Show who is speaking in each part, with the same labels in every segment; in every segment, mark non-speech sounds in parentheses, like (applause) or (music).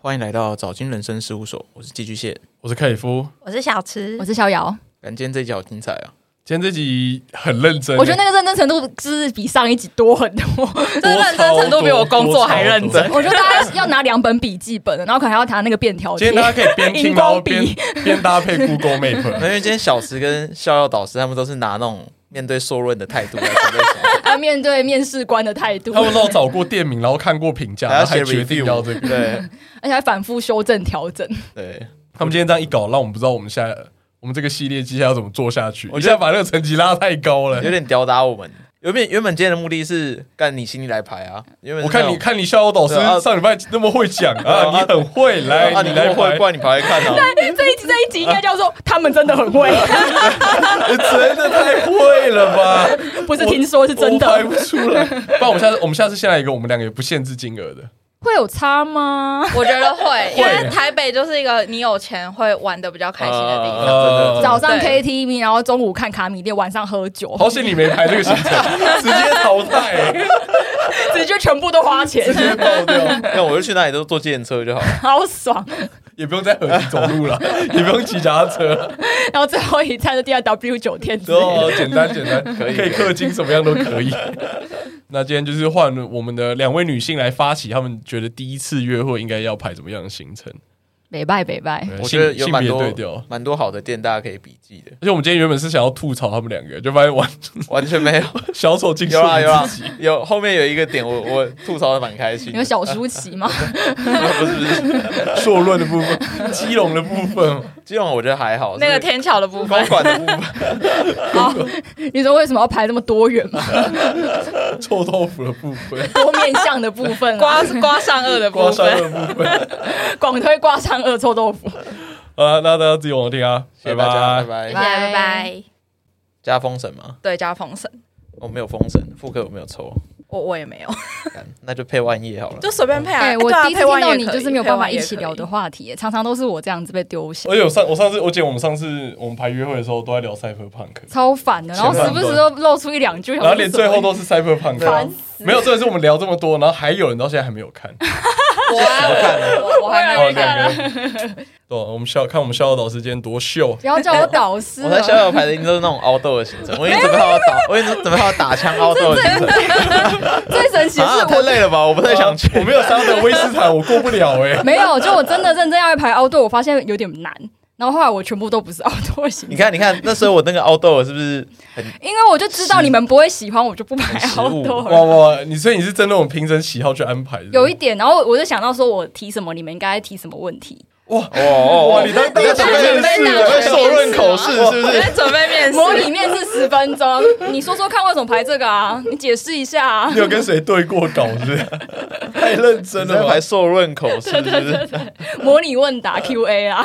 Speaker 1: 欢迎来到早金人生事务所，我是寄居蟹。
Speaker 2: 我是凯里夫。
Speaker 3: 我是小吃
Speaker 4: 我，是逍遥，
Speaker 1: 感今天这一集好精彩啊！
Speaker 2: 今天这集很认真欸，
Speaker 4: 我觉得那个认真程度是比上一集多很
Speaker 3: (laughs)
Speaker 4: 多。
Speaker 3: 这认真程度比我工作还认真。
Speaker 4: 我觉得大家要拿两本笔记本，然后可能还要拿那个便条
Speaker 2: 今
Speaker 4: 贴
Speaker 2: 天。大家可以边听
Speaker 4: 荧
Speaker 2: 然后
Speaker 4: 光
Speaker 2: 边
Speaker 4: (laughs) 笔，
Speaker 2: 边搭配
Speaker 1: 那
Speaker 2: Google Map，
Speaker 1: 因为今天小石跟逍遥导师他们都是拿那种面对硕论的态度来准
Speaker 2: (laughs)
Speaker 1: 备什么，
Speaker 4: 要面对面试官的态度，
Speaker 2: 他们
Speaker 4: 而
Speaker 2: 都有找过店名，然后看过评价，
Speaker 1: 还
Speaker 2: 然
Speaker 1: 要
Speaker 2: 后还
Speaker 1: 写
Speaker 2: 决定
Speaker 1: review，
Speaker 2: 要这个。
Speaker 1: 对
Speaker 4: 且还反复修正调整。
Speaker 1: 对，
Speaker 2: 他们今天这样一搞，让我们不知道我们现在我们这个系列接下来要怎么做下去。
Speaker 1: 我
Speaker 2: 我
Speaker 1: 觉
Speaker 2: 现
Speaker 1: 得
Speaker 2: 在把那个层级拉太高了
Speaker 1: 有。点吊打我们。原本原本今天的目的是干你心里来排啊，原本
Speaker 2: 我
Speaker 1: 是那
Speaker 2: 看
Speaker 1: 种
Speaker 2: 你看你逍遥导师
Speaker 1: 对啊
Speaker 2: 上礼拜那么会讲啊，
Speaker 1: 啊
Speaker 2: 你很会，来
Speaker 1: 啊，
Speaker 2: 你
Speaker 1: 你
Speaker 2: 来
Speaker 1: 来会，
Speaker 2: 排
Speaker 1: 不，然你排来看啊。
Speaker 4: 这一集这一集应该叫做他们真的很
Speaker 2: (laughs)
Speaker 4: 会，
Speaker 2: 真的太会了吧？
Speaker 4: 不是听说是真
Speaker 2: 我排
Speaker 4: 的，
Speaker 2: 不出来。不然我们下次我们下次先来一个，我们两个也不限制金额的。
Speaker 4: 会有差吗？
Speaker 3: (laughs) 我觉得会， (laughs) 因为台北就是一个你有钱会玩的比较开心的地方。
Speaker 1: 呃
Speaker 4: 早上
Speaker 3: 对
Speaker 4: KTV，然后中午看卡米店，晚上喝酒，
Speaker 2: 好险你没排这个行程，哦 (laughs) 直接淘汰、
Speaker 4: 直接全部都花钱，
Speaker 2: 直接爆掉，
Speaker 1: 那我就去哪里都坐计程车就好了。
Speaker 4: (laughs) 好爽。
Speaker 2: 也不用再合体走路了， (laughs) 也不用骑脚踏车了，
Speaker 4: 然后最后一餐就订到 W 酒店之类的，
Speaker 2: 哦，简单简单，
Speaker 1: 可以
Speaker 2: 可以氪金，什么样都可以。那今天就是换我们的两位女性来发起，她们觉得第一次约会应该要排怎么样的行程？
Speaker 4: (laughs) 北拜北拜。
Speaker 2: 对
Speaker 1: 我觉得有
Speaker 2: 性
Speaker 1: 蛮
Speaker 2: 别
Speaker 1: 多
Speaker 2: 对调。
Speaker 1: 蛮多好的店大家可以笔记
Speaker 2: (laughs)
Speaker 1: 的，
Speaker 2: 而且我们今天原本是想要吐槽她们两个，就发现玩
Speaker 1: 完全没有。
Speaker 2: 小丑竟是
Speaker 1: 有
Speaker 2: 我
Speaker 1: 啊有
Speaker 2: (laughs)
Speaker 1: 啊 (laughs)
Speaker 2: 们自己。，
Speaker 1: 有后面有一个点我我吐槽的蛮开心
Speaker 4: 你
Speaker 1: 的
Speaker 4: 有，小舒淇吗？
Speaker 1: 不是不是，
Speaker 2: 硕论的部分，基隆的部分， (laughs)
Speaker 1: 基隆我觉得还好，
Speaker 3: 那个
Speaker 1: 天
Speaker 3: 天桥的部
Speaker 1: 公
Speaker 3: 分，
Speaker 1: 馆的部分。
Speaker 4: 啊，你说为什么要排那么多元嘛？
Speaker 2: 臭豆腐的部分，
Speaker 4: 多面向的部分、
Speaker 3: (laughs) (laughs)
Speaker 4: 啊，
Speaker 3: 刮刮上颚的
Speaker 2: 刮
Speaker 3: 部
Speaker 2: 痧
Speaker 3: (laughs)
Speaker 2: 的
Speaker 3: 分。
Speaker 2: 部分。
Speaker 4: 广推挂上二臭
Speaker 3: (laughs)
Speaker 4: 豆腐。
Speaker 2: 啊，那大家自己往后听啊，
Speaker 1: 谢谢大家，拜
Speaker 3: 谢
Speaker 1: 拜
Speaker 3: 谢，
Speaker 4: 拜
Speaker 3: 拜拜。
Speaker 1: 加封神吗？
Speaker 3: 对，加封神，
Speaker 1: 我、没有封神，副科我没有抽，
Speaker 3: 我我也没有，
Speaker 1: 干那就配万叶好了。
Speaker 3: (laughs) 就随便配啊。
Speaker 4: 哎、我
Speaker 3: 对啊
Speaker 4: 第一次
Speaker 3: 配
Speaker 4: 听
Speaker 3: 万
Speaker 4: 到
Speaker 3: 也
Speaker 4: 你
Speaker 3: 可以
Speaker 4: 就是没有办法一起
Speaker 3: 配万
Speaker 4: 聊
Speaker 3: 也可
Speaker 4: 的
Speaker 3: 以
Speaker 4: 话题耶，常常都是我这样子被丢下，
Speaker 2: 而且我上我上次我姐我们上次我们排约会的时候都在聊 cyberpunk，
Speaker 4: 超烦的。然后时不时都露出一两句，
Speaker 2: 然后连最后
Speaker 4: 都
Speaker 2: 都是 cyberpunk，
Speaker 4: 烦
Speaker 2: 没有，重点是我们聊这么多，然后还有人到现在还没有看。
Speaker 3: 我啊我我还没
Speaker 2: 哦，
Speaker 3: 有看。
Speaker 2: 两个人。
Speaker 4: 啊
Speaker 2: 对，啊我们笑看我们笑导师今天多秀，
Speaker 4: 不要叫我导师啊
Speaker 1: 我在逍
Speaker 4: 了。
Speaker 1: 遥牌的，一定都是那种凹豆的行程，我已经准备好要打，我已经准备好要打枪凹豆的行程。
Speaker 4: (laughs) 最神奇的
Speaker 1: 啊，
Speaker 4: 是
Speaker 1: 太
Speaker 4: 我。
Speaker 1: 累了吧，我不太想去。
Speaker 2: 啊我没有上的威斯坦，我过不了哎、
Speaker 4: (laughs) 没有，就我真的认真要一排凹队，我发现有点难。然后后来我全部都不是凹队型
Speaker 1: 你，看，你看，那时候我那个凹豆是不是很
Speaker 4: 因为我就知道你们不会喜欢，我就不排
Speaker 1: 食
Speaker 4: 凹
Speaker 1: 物
Speaker 4: 队。
Speaker 2: 哇哇，你所以你是真的我们平时喜好去安排的，
Speaker 4: 有一点，然后我就想到说，我提什么，你们应该提什么问题，
Speaker 1: 哦哦
Speaker 2: 哇，你当当
Speaker 1: 在
Speaker 2: 当
Speaker 1: 准
Speaker 2: 面
Speaker 1: 备
Speaker 2: 试
Speaker 1: 准备受润口试是不
Speaker 3: 我
Speaker 1: 是？
Speaker 3: 在准备面试，
Speaker 4: 模拟面试十分钟， (laughs) 你说说看为什么排这个啊？你解释一下啊 (laughs)
Speaker 2: 你。有跟谁对过稿是不是？太认真
Speaker 1: 你在
Speaker 2: 了吧
Speaker 1: 排？受润口试是不是？
Speaker 4: 模拟问答 Q&A 啊。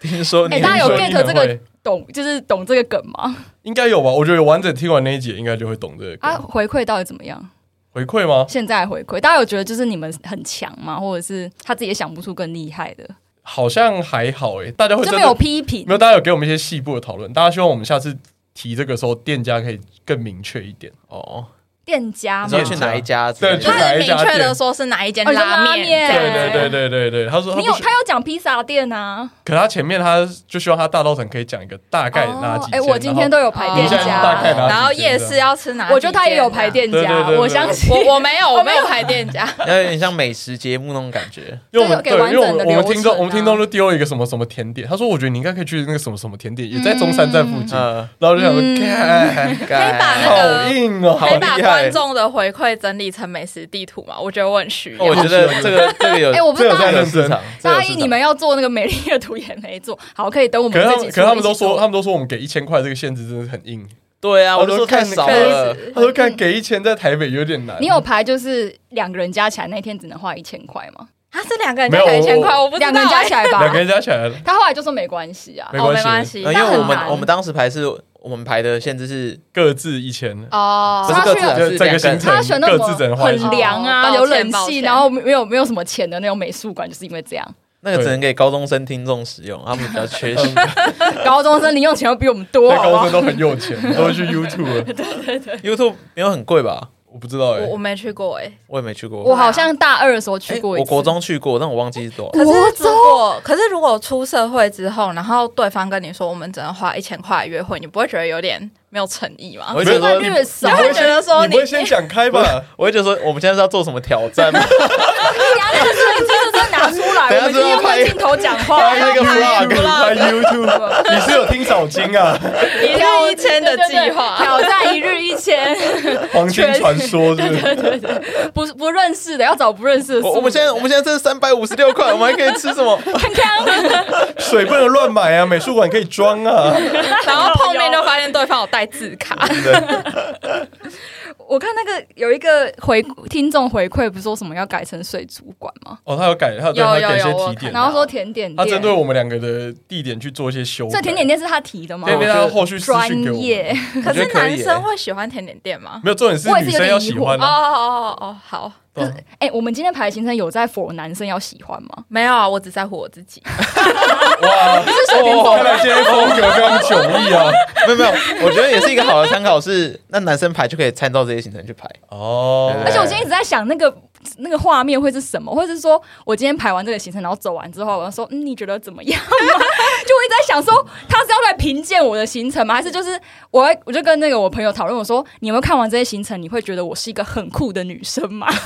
Speaker 1: 听说你
Speaker 4: 哎、 (laughs) 大家有
Speaker 2: 你很
Speaker 4: get 这
Speaker 2: 会
Speaker 4: 个懂，就是懂这个梗吗？
Speaker 2: 应该有吧？我觉得完整听完那一节应该就会懂这个梗、
Speaker 4: 啊，回馈到底怎么样？
Speaker 2: 回馈吗？
Speaker 4: 现在回馈，大家有觉得就是你们很强吗？或者是他自己也想不出更厉害的，
Speaker 2: 好像还好诶、大家会
Speaker 4: 就
Speaker 2: 哦真
Speaker 4: 没
Speaker 2: 的
Speaker 4: 有批评
Speaker 2: 没。有大家有给我们一些细部的讨论，大家希望我们下次提这个时候，店家可以更明确一点。
Speaker 1: 哦，
Speaker 4: 店家
Speaker 1: 你
Speaker 4: 嘛
Speaker 1: 说，去哪一家之类
Speaker 2: 对
Speaker 1: 的？
Speaker 2: 去
Speaker 3: 他
Speaker 2: 哪
Speaker 3: 很
Speaker 2: 一
Speaker 3: 明
Speaker 2: 家
Speaker 3: 确
Speaker 2: 店
Speaker 3: 的说是哪一间
Speaker 4: 哦你说拉
Speaker 3: 面，
Speaker 4: 面
Speaker 3: 这
Speaker 2: 对
Speaker 3: 样
Speaker 2: 对对对对对，他说他
Speaker 4: 你
Speaker 2: 不
Speaker 4: 有
Speaker 2: 是，
Speaker 4: 他有讲披萨店啊，
Speaker 2: 可他前面他就希望他大道城可以讲一个大概哪几
Speaker 4: 哎、
Speaker 2: 间。
Speaker 4: 我今天都有排店
Speaker 3: 哦你现在
Speaker 4: 家，
Speaker 2: 大概哪
Speaker 3: 然后夜市要吃哪？
Speaker 4: 我觉得他也有排。店家，
Speaker 2: 对啊对对对
Speaker 4: 我相信。 (laughs)
Speaker 3: 我我没有，我没有排店家，
Speaker 1: 要有点像美食节目那种感觉。
Speaker 2: 因为我们
Speaker 4: 这
Speaker 2: 对，
Speaker 4: 个给
Speaker 2: 因为我
Speaker 4: 完整的
Speaker 2: 们我们听
Speaker 4: 流程
Speaker 2: 众
Speaker 4: 啊
Speaker 2: 我们听众就丢了一个什么什么甜点，他说我觉得你应该可以去那个什么什么甜点，也在中山站附近，
Speaker 1: 呃，
Speaker 2: 然后就想说，
Speaker 4: 嗯
Speaker 2: 干
Speaker 1: 可以
Speaker 3: 可以把那个
Speaker 2: 好硬哦，
Speaker 3: 可以把
Speaker 1: 厉害
Speaker 3: 观众的回馈整理成美食地图嘛？我觉得我很需要。
Speaker 1: 哦我觉 (laughs) 得这个这个有，
Speaker 4: 哎、我不
Speaker 2: 这
Speaker 4: 知
Speaker 2: 有
Speaker 4: 道
Speaker 2: 在认
Speaker 1: 市
Speaker 2: 真
Speaker 1: 场。
Speaker 4: 答应你们要做那个美丽的图也没做，好，可以等我
Speaker 2: 可
Speaker 4: 们
Speaker 2: 是他
Speaker 4: 自己
Speaker 2: 们，
Speaker 4: 出。
Speaker 2: 可是他们都
Speaker 4: 一起做
Speaker 2: 说，他们都说我们给一千块这个限制真的很硬。
Speaker 1: 对啊，我就说太
Speaker 2: 看
Speaker 1: 少
Speaker 2: 看
Speaker 1: 了。
Speaker 2: 他说看给一千在台北有点难。
Speaker 4: 你有排就是两个人加起来那天只能花一千块吗？
Speaker 3: 他啊是两个人
Speaker 2: 没
Speaker 3: 加
Speaker 2: 有
Speaker 3: 起来一千块，
Speaker 2: 我
Speaker 3: 我不知道
Speaker 4: 两个人加起
Speaker 3: 来，
Speaker 4: 来
Speaker 2: 两个
Speaker 4: 吧。
Speaker 2: 人加起来了
Speaker 4: 他后来就说没关系啊
Speaker 2: 没。
Speaker 3: 哦，没
Speaker 2: 关
Speaker 3: 关
Speaker 2: 系
Speaker 3: 系，
Speaker 1: 呃因为
Speaker 4: 那很
Speaker 1: 我们
Speaker 4: 难
Speaker 1: 我们当时排是我们排的限制是，
Speaker 2: 各自一千，
Speaker 4: 哦
Speaker 1: 不是
Speaker 4: 他
Speaker 1: 各自啊
Speaker 4: 选
Speaker 2: 这
Speaker 1: 是
Speaker 2: 这
Speaker 1: 两个
Speaker 2: 个行
Speaker 1: 人
Speaker 2: 程
Speaker 4: 他选那
Speaker 2: 各自只
Speaker 4: 种
Speaker 2: 能花一
Speaker 4: 很
Speaker 2: 千
Speaker 3: 哦。
Speaker 4: 凉啊、
Speaker 3: 抱歉
Speaker 4: 有冷气，
Speaker 3: 抱歉
Speaker 4: 然后没有没有什么钱的那种美术馆，就是因为这样。
Speaker 1: 那个只能给高中生听众使用，他们比较 (laughs) 缺心。
Speaker 4: 高中生零用钱又比我们多，
Speaker 2: 在
Speaker 4: 好不
Speaker 2: 高中
Speaker 4: 好？ (laughs)
Speaker 2: 都很有钱，都会去 YouTube 了。
Speaker 1: YouTube 没有很贵吧？
Speaker 2: 我不知道哎、
Speaker 3: 我我没去过哎、
Speaker 1: 我也没去过。
Speaker 4: 我好像大二的时候去过
Speaker 1: 啊哎
Speaker 4: 一
Speaker 1: 我
Speaker 4: 次，
Speaker 1: 国中去过，但我忘记是多 (laughs) 少。
Speaker 3: 可
Speaker 4: 国
Speaker 3: 是
Speaker 4: 中
Speaker 3: 如果可是如果出社会之后，然后对方跟你说我们只能花一千块约会，你不会觉得有点没有诚意吗？
Speaker 1: 我会
Speaker 2: 没
Speaker 1: 觉
Speaker 2: 有
Speaker 1: 得
Speaker 4: 那
Speaker 1: 说，
Speaker 4: 略少
Speaker 3: 你，会觉得说
Speaker 2: 你不会先讲开吧？
Speaker 1: 我会觉得说，我们现在是要做什么挑战
Speaker 4: (laughs)
Speaker 1: 吗？
Speaker 4: 牙这个摄影机是真的拿出来，
Speaker 1: 等下
Speaker 4: 我们今天对镜头讲话
Speaker 1: 拍，那个 vlog，
Speaker 2: 拍 YouTube，你是有听少金啊？
Speaker 3: 一日一千的计划，
Speaker 4: (laughs) 挑战一日一千， (laughs)
Speaker 2: 黄金传说是不是？
Speaker 4: 不是不认识的要找不认识的素
Speaker 1: 我
Speaker 4: 人。
Speaker 1: 我们现在我们现在这三百五十六块，我们还可以吃什么？ (laughs)
Speaker 4: 啊
Speaker 2: 水不能乱买啊，美术馆可以装啊。
Speaker 4: (laughs)
Speaker 3: 然后碰面就发现对方有带字卡，
Speaker 4: 我看那个有一个回听众回馈，不是说什么要改成水族馆吗？
Speaker 2: 哦，他有改，他有对
Speaker 3: 有
Speaker 2: 他
Speaker 3: 有
Speaker 2: 给一些
Speaker 3: 有我
Speaker 2: 提点
Speaker 3: 看到
Speaker 4: 然
Speaker 2: 啊，
Speaker 4: 后说甜点
Speaker 2: 他
Speaker 4: 店，
Speaker 2: 针对我们两个的地点去做一些修改。
Speaker 4: 所以甜点店是他提的吗
Speaker 2: 甜？点店，
Speaker 1: 我觉
Speaker 2: 他
Speaker 1: 得
Speaker 2: 后续私
Speaker 4: 专
Speaker 2: 讯给我
Speaker 4: 业 (laughs)
Speaker 2: 们。
Speaker 3: 可
Speaker 1: 觉得
Speaker 3: 是
Speaker 1: 可以
Speaker 3: 男
Speaker 1: 耶
Speaker 3: 生会喜欢甜点店吗？
Speaker 2: 没有重点是
Speaker 4: 我也是
Speaker 2: 女
Speaker 4: 有
Speaker 2: 生
Speaker 4: 点
Speaker 2: 要
Speaker 4: 疑惑
Speaker 2: 喜欢
Speaker 3: 哦
Speaker 2: 啊，
Speaker 3: 哦哦哦，好，
Speaker 2: 对啊
Speaker 4: 哎、我们今天排的行程有在否男生要喜欢
Speaker 2: (laughs)
Speaker 4: 吗？ (laughs)
Speaker 3: 没有啊，我只在乎我自己。
Speaker 2: 哇，哦看来今天风格非常迥异
Speaker 4: (laughs)
Speaker 2: 啊。
Speaker 1: 没有没有，我觉得也是一个好的参考是，那男生排就可以参照这些行程去排。
Speaker 2: 哦，
Speaker 1: 对
Speaker 4: 而且我今天一直在想那个那个画面会是什么，或者是说我今天排完这个行程，然后走完之后，我要说，嗯，你觉得怎么样吗？ (laughs) 就我一直在想说，他是要来评鉴我的行程吗？还是就是我会我就跟那个我朋友讨论，我说，你有没有看完这些行程，你会觉得我是一个很酷的女生吗？ (laughs)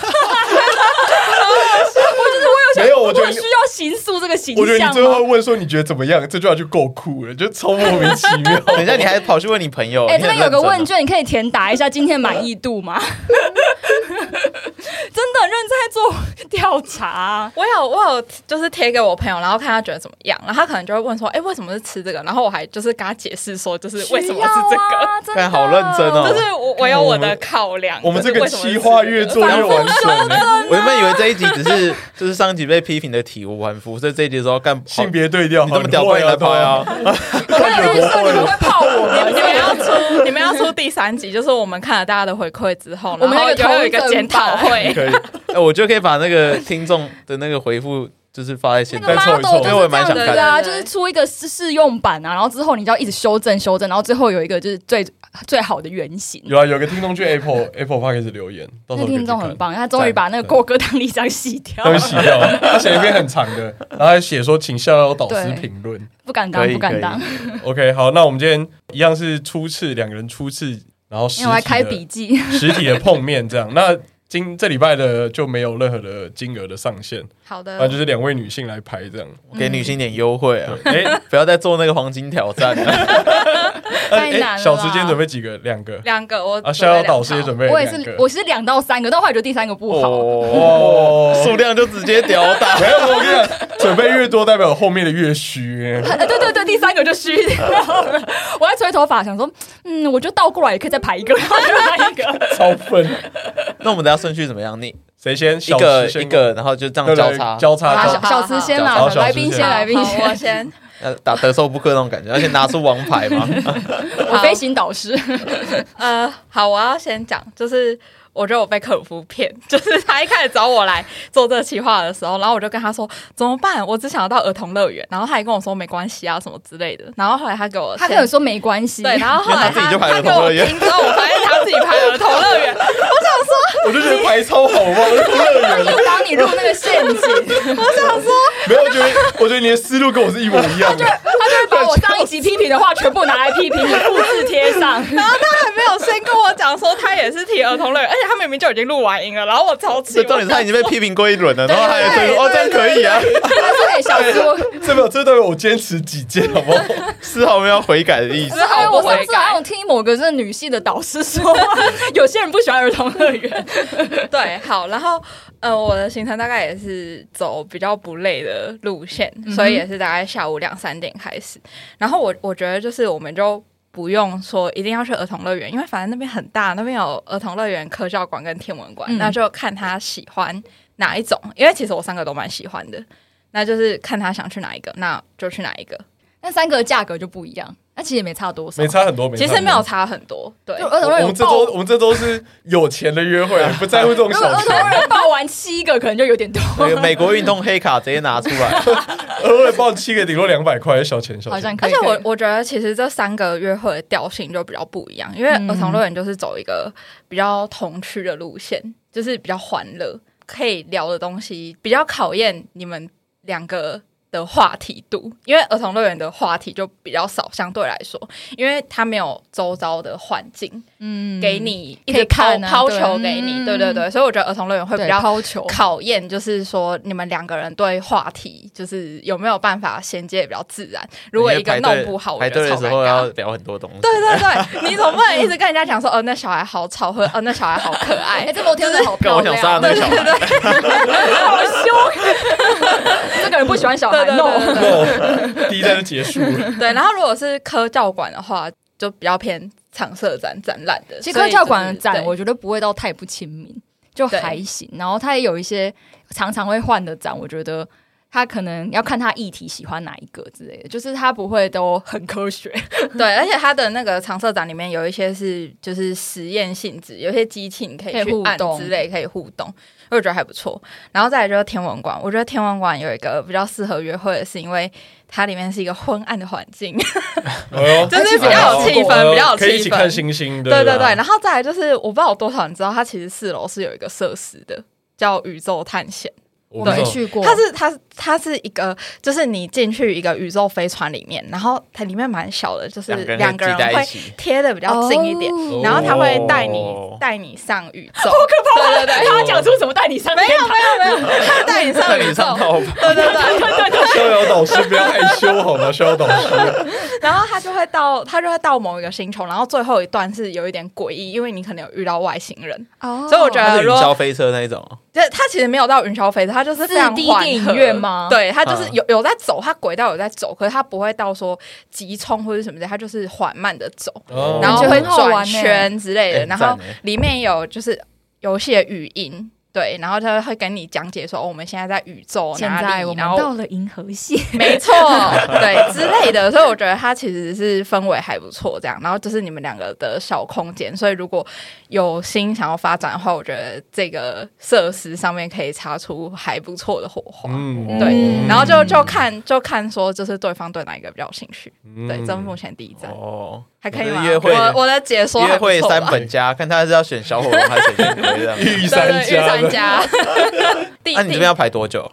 Speaker 2: 没有，我觉
Speaker 4: 我
Speaker 2: 得
Speaker 4: 需
Speaker 2: 你。
Speaker 4: 要形塑这个形
Speaker 2: 我觉得你
Speaker 4: 象
Speaker 2: 最后
Speaker 4: 吗？
Speaker 2: 问说你觉得怎么样，这句话就够酷了，就超莫名其妙。
Speaker 1: (laughs) 等一下你还跑去问你朋友，
Speaker 4: 哎、
Speaker 2: 哦
Speaker 1: 你
Speaker 4: 这
Speaker 1: 很
Speaker 4: 边有个
Speaker 1: 认真啊
Speaker 4: 问卷，你可以填答一下今天满意度吗？ (laughs) 真的很认真在做调查啊、
Speaker 3: 我有我有就是贴给我朋友，然后看他觉得怎么样，然后他可能就会问说，哎、为什么是吃这个？然后我还就是跟他解释说，就是为什么是这
Speaker 2: (laughs)
Speaker 3: 个。
Speaker 4: 个
Speaker 2: 哎
Speaker 1: 看好认真
Speaker 4: (laughs)
Speaker 1: 哦
Speaker 3: 就是我我有我的考量，
Speaker 2: 嗯我们
Speaker 3: 就
Speaker 2: 这
Speaker 3: 是
Speaker 2: 个
Speaker 3: 为什么是
Speaker 2: 企划越做越完整了，
Speaker 1: 我原本以为这一集只是就是上一集被批评的体无完肤，所以 (laughs) 这一集说干哦
Speaker 2: 性别对调，
Speaker 1: 你这么屌怪来拍啊！
Speaker 4: 我没有预设你们会泡我
Speaker 3: 这个，(laughs)
Speaker 4: 们，
Speaker 2: (laughs)
Speaker 3: 你们要出你们要出第三集，就是我们看了大家的回馈之 (laughs) 后，
Speaker 4: 我们
Speaker 3: 然后
Speaker 4: 那个
Speaker 3: 就有一
Speaker 4: 同
Speaker 3: 个
Speaker 4: 整
Speaker 3: 检讨
Speaker 4: 版
Speaker 2: (laughs)
Speaker 3: 会，
Speaker 2: 可以，
Speaker 1: (laughs) 哎，我觉得可以把那个听众的那个回复就是发在现
Speaker 4: 那个
Speaker 1: 在
Speaker 2: 再，
Speaker 4: 拉
Speaker 2: 凑一
Speaker 4: 豆
Speaker 2: 凑
Speaker 4: 就是
Speaker 1: 因为我也
Speaker 4: 这
Speaker 1: 蛮
Speaker 4: 样
Speaker 1: 想
Speaker 4: 子
Speaker 1: 看
Speaker 4: 的啊，
Speaker 3: 对
Speaker 4: 就
Speaker 3: 对对
Speaker 4: 是出一个试试用版啊，然后之后你就要一直修正修正，然后最后有一个就是最最好的原型。
Speaker 2: 有啊，有个听众去 Apple Apple Park 开始留言，到时
Speaker 4: 那
Speaker 2: 候可以
Speaker 4: 听
Speaker 2: 去
Speaker 4: 众
Speaker 2: 看
Speaker 4: 很，棒，他终于把那个郭哥当立章洗掉
Speaker 2: 他，会洗掉，他写一篇很长的，然后还写说请校友导师
Speaker 4: 对
Speaker 2: 评论。
Speaker 4: 不敢
Speaker 1: 可
Speaker 4: 当，
Speaker 1: 以
Speaker 4: 不敢当。
Speaker 2: OK，好，那我们今天一样是初次两个人初次，然后实体
Speaker 4: 因为我还开
Speaker 2: 的
Speaker 4: 笔记，
Speaker 2: 实体的碰面这样。那今这礼拜的就没有任何的金额的上限，
Speaker 3: 好
Speaker 2: 那
Speaker 4: 嗯
Speaker 3: 的，
Speaker 2: 就是两位女性来排这样。
Speaker 1: 给女性一点优惠啊，
Speaker 4: (laughs)
Speaker 2: 哎、
Speaker 1: 不要再做那个黄金挑战了。
Speaker 2: 那
Speaker 4: 太难了啦
Speaker 2: 哎
Speaker 4: 啊
Speaker 2: 小时间准备几个？两个
Speaker 3: 两个我
Speaker 2: 啊，
Speaker 3: 准
Speaker 2: 逍
Speaker 3: 备
Speaker 2: 遥
Speaker 3: 两
Speaker 2: 导师也
Speaker 3: 套
Speaker 2: 准备了
Speaker 4: 我也
Speaker 2: 两
Speaker 4: 是
Speaker 2: 个。
Speaker 4: 我是两到三个，但后来觉得第三个不好。
Speaker 1: 哦，
Speaker 2: (laughs) 哦，
Speaker 1: 数量就直接屌打。
Speaker 2: (laughs) 没有，我跟你讲，准备越多代表后面的越虚。
Speaker 4: 哎 (laughs) 对对对，第三个就虚掉了。我在吹头发，想说，嗯，我觉得倒过来也可以再排一个，然后就排一个。
Speaker 2: 超分，
Speaker 1: 那我们等下顺序怎么样？你
Speaker 2: 谁先？
Speaker 1: 一
Speaker 2: 小
Speaker 1: 个
Speaker 2: 时
Speaker 1: 一
Speaker 2: 先
Speaker 1: 个，然后就这
Speaker 2: 对
Speaker 1: 样交
Speaker 2: 对
Speaker 1: 叉，
Speaker 2: 交叉
Speaker 4: 啊，
Speaker 2: 交
Speaker 4: 小
Speaker 2: 叉。
Speaker 4: 小吃先啦
Speaker 1: 好，
Speaker 2: 小
Speaker 4: 来
Speaker 2: 吃
Speaker 4: 宾
Speaker 2: 先
Speaker 4: 先，
Speaker 3: 好
Speaker 4: 来宾
Speaker 3: 好我
Speaker 4: 先，
Speaker 3: 先，
Speaker 1: 呃打德州扑克那种感觉，而且拿出王牌
Speaker 2: (laughs)
Speaker 1: 嘛。
Speaker 4: 我飞行导师。
Speaker 3: 呃，好，我要先讲，就是我觉得我被客服骗， (laughs) 就是他一开始找我来做这个企划的时候，然后我就跟他说怎么办，我只想要到儿童乐园，然后他也跟我说没关系啊什么之类的，然后后来他给我
Speaker 4: (laughs) 他
Speaker 3: 签
Speaker 4: 跟我说没关系，
Speaker 3: 对，然后后来
Speaker 1: 因为他自己就排
Speaker 3: 他
Speaker 1: 儿
Speaker 3: 给
Speaker 1: 童
Speaker 3: 我
Speaker 1: 乐园
Speaker 3: 听之后，我发现他自己排儿童
Speaker 1: (laughs)
Speaker 3: 乐园，
Speaker 2: 我就觉得排超好嘛，我就
Speaker 4: 就帮你入那个陷 (laughs) 阱，
Speaker 2: 没有我觉得，我觉得你的思路跟我是一模一样的。
Speaker 4: 他就会把我上一集批评的话全部拿来批评你，复制贴 (laughs) 上。
Speaker 3: 然后他还没有先跟我讲说他也是提儿童乐园，而且他明明就已经录完音了，然后我超气，
Speaker 1: 这重点是他已经被批评过一轮了，然后他也
Speaker 3: 对
Speaker 1: 说：“哦，这样可以啊，
Speaker 4: 他说：“哎，小猪，
Speaker 2: 这没有，这代表我坚持己见，好
Speaker 4: (laughs)
Speaker 2: 不好？
Speaker 1: 丝毫没有悔改的意思。”
Speaker 4: 还有我上次好像听某个是女系的导师说， (laughs) 有些人不喜欢儿童乐园，
Speaker 3: 对，好，然后呃，我的行程大概也是走比较不累的路线，所以也是大概下午两三点开始。然后我我觉得就是我们就不用说一定要去儿童乐园，因为反正那边很大，那边有儿童乐园、科教馆跟天文馆，
Speaker 4: 嗯
Speaker 3: 那就看他喜欢哪一种。因为其实我三个都蛮喜欢的，那就是看他想去哪一个，那就去哪一个。
Speaker 4: 那三个价格就不一样，那其实也没差多少，
Speaker 2: 没。差很多，没差
Speaker 3: 其
Speaker 2: 很多
Speaker 3: 实没有。差很多，对
Speaker 4: 就。儿童乐
Speaker 2: 我
Speaker 4: 园
Speaker 2: 们这
Speaker 4: 报，
Speaker 2: 周
Speaker 4: 如
Speaker 2: 我们这周是有钱的约会，不在乎这种
Speaker 4: 果
Speaker 2: 小
Speaker 4: 儿童
Speaker 2: 钱。
Speaker 4: 乐园报完七个，可能就有点多。
Speaker 1: 那个美国运动黑卡直接拿出来，
Speaker 2: 额外报七个顶多两百块小钱小
Speaker 4: 好像
Speaker 2: 钱。
Speaker 4: 可
Speaker 3: 而
Speaker 4: 以。
Speaker 3: 且我
Speaker 4: 可以
Speaker 3: 我觉得其实这三个约会的调性就比较不一样，因为
Speaker 4: 嗯
Speaker 3: 儿童乐园就是走一个比较童趣的路线，就是比较欢乐，可以聊的东西比较考验你们两个。的话题度，因为儿童乐园的话题就比较少，相对来说，因为它没有周遭的环境
Speaker 4: 嗯
Speaker 3: 给你一
Speaker 4: 可以
Speaker 3: 直抛
Speaker 4: 看啊
Speaker 3: 抛
Speaker 4: 对
Speaker 3: 球给你，
Speaker 4: 嗯
Speaker 3: 对对对，所以我觉得儿童乐园会比
Speaker 4: 对
Speaker 3: 较
Speaker 4: 抛球，
Speaker 3: 考验就是说，你们两个人对话题就是有没有办法衔接得比较自然。如果一个弄不好，我
Speaker 1: 排
Speaker 3: 觉
Speaker 1: 队
Speaker 3: 得
Speaker 1: 的
Speaker 3: 超
Speaker 1: 时
Speaker 3: 尴
Speaker 1: 候要
Speaker 3: 尬。
Speaker 1: 聊很多东西。
Speaker 3: 对对对，你总不能一直跟人家讲说，哦，那小孩好吵，或者哦，那小孩好可
Speaker 4: 哎、
Speaker 3: 爱。
Speaker 4: 这楼梯真的好
Speaker 1: 干
Speaker 4: 漂
Speaker 1: 我想 (laughs)
Speaker 4: 亮，
Speaker 1: 杀那个小孩，
Speaker 4: 好凶！ (laughs) 这个人不喜欢小
Speaker 3: 对
Speaker 4: 孩
Speaker 3: 对
Speaker 4: ，no。
Speaker 2: (laughs) 哎
Speaker 3: 对对
Speaker 2: 第一站就结束了，
Speaker 3: 对对。然后如果是科教馆的话，就比较偏常设展展览的。
Speaker 4: (laughs) 其实
Speaker 3: 所以就
Speaker 4: 科
Speaker 3: 是
Speaker 4: 教馆的展，
Speaker 3: 对
Speaker 4: 我觉得不会到太不亲民，就还行。然后它也有一些常常会换的展，我觉得它可能要看他议题喜欢哪一个之类的，就是它不会都很科学。
Speaker 3: 对，而且它的那个常设展里面有一些是就是实验性质，有一些机器你可以
Speaker 4: 可
Speaker 3: 去
Speaker 4: 以互
Speaker 3: 按
Speaker 4: 动
Speaker 3: 之类可以互动，我觉得还不错。然后再来就是天文馆，我觉得天文馆有一个比较适合约会，的是因为它里面是一个昏暗的环境， (laughs)
Speaker 2: 哎呦
Speaker 3: 就是
Speaker 4: 比较有气
Speaker 3: 氛
Speaker 2: 呃
Speaker 3: 比较有
Speaker 2: 可以一
Speaker 3: 气
Speaker 2: 起
Speaker 3: 氛
Speaker 2: 看星星的
Speaker 3: 对
Speaker 1: 啊
Speaker 2: 啦。
Speaker 3: 对对。然后再来就是我不知道有多少人知道，它其实四楼是有一个设施的。叫宇宙探险，
Speaker 2: 我
Speaker 3: 对
Speaker 2: 们 (laughs)
Speaker 4: 去过
Speaker 3: 它是它是它是一个，就是你进去一个宇宙飞船里面，然后它里面蛮小的，就是
Speaker 1: (laughs) 两个人会
Speaker 3: 两个
Speaker 1: 挤
Speaker 3: 人
Speaker 1: 在一
Speaker 3: 会
Speaker 1: 起，
Speaker 3: 贴的比较近一点，
Speaker 2: 哦
Speaker 3: 然后他会带你
Speaker 1: 哦
Speaker 3: 带你上宇宙，好可怕！对对对，
Speaker 4: 哎
Speaker 1: (laughs)
Speaker 4: 他讲出什么带你上
Speaker 3: 没
Speaker 4: 天
Speaker 3: 有
Speaker 4: 堂？
Speaker 3: 没有没有，他带你上
Speaker 1: 在
Speaker 3: 宇
Speaker 1: 你上
Speaker 3: 宙，
Speaker 1: 套
Speaker 3: 对对对， (laughs)
Speaker 2: 逍遥导师不要害羞好吗？逍遥导师，
Speaker 3: 然后他就会到他就会到某一个星球，然后最后一段是有一点诡异，因为你可能有遇到外星人，
Speaker 4: 哦
Speaker 3: 所以我觉
Speaker 1: 它
Speaker 3: 得
Speaker 1: 是
Speaker 3: 如
Speaker 1: 云
Speaker 3: 果
Speaker 1: 霄飞车那一种，
Speaker 3: 就是他其实没有到云霄飞车，他就是非常
Speaker 4: 4D
Speaker 3: 缓和
Speaker 4: 电影院吗
Speaker 3: 对，他就是
Speaker 1: 嗯
Speaker 3: 有有在走，他轨道有在走，可是他不会到说急冲或者什么的，他就是缓慢的走， (laughs)
Speaker 2: 哦
Speaker 3: 然后
Speaker 4: 感觉
Speaker 3: 会
Speaker 4: 很好玩
Speaker 3: 转
Speaker 4: 欸
Speaker 3: 圈之类的，
Speaker 1: 哎
Speaker 3: 然
Speaker 1: 赞
Speaker 3: 后
Speaker 1: 欸
Speaker 3: 里面有就是游戏的语音，对，然后他会跟你讲解说、哦、我们现在在宇宙
Speaker 4: 现
Speaker 3: 哪
Speaker 4: 在
Speaker 3: 里
Speaker 4: 我，们
Speaker 3: 然后
Speaker 4: 到了银河
Speaker 3: (laughs)
Speaker 4: 系，
Speaker 3: 没错，对之类的，所以我觉得它其实是氛围还不错，这样，然后就是你们两个的小空间，所以如果有心想要发展的话，我觉得这个设施上面可以擦出还不错的火花。
Speaker 2: 嗯。
Speaker 3: 对，
Speaker 4: 嗯
Speaker 3: 然后就就看就看说，就是对方对哪一个比较有兴趣。对，这目前第一站、
Speaker 1: 哦，
Speaker 3: 还可以
Speaker 1: 就是
Speaker 3: 吗？
Speaker 1: 约会
Speaker 3: 我我的解说
Speaker 1: 约
Speaker 3: 还不
Speaker 1: 会
Speaker 3: 错吧
Speaker 1: 三本
Speaker 3: (laughs)
Speaker 1: 家，看他是要选小火龙还是选玫瑰这样
Speaker 2: 御
Speaker 3: 对
Speaker 2: 三
Speaker 3: 对，
Speaker 2: 家
Speaker 3: 御三
Speaker 2: 的，
Speaker 3: 家。 (laughs)
Speaker 1: (laughs)
Speaker 3: 第
Speaker 1: 啊那你这边要排多
Speaker 3: (laughs)
Speaker 1: 久？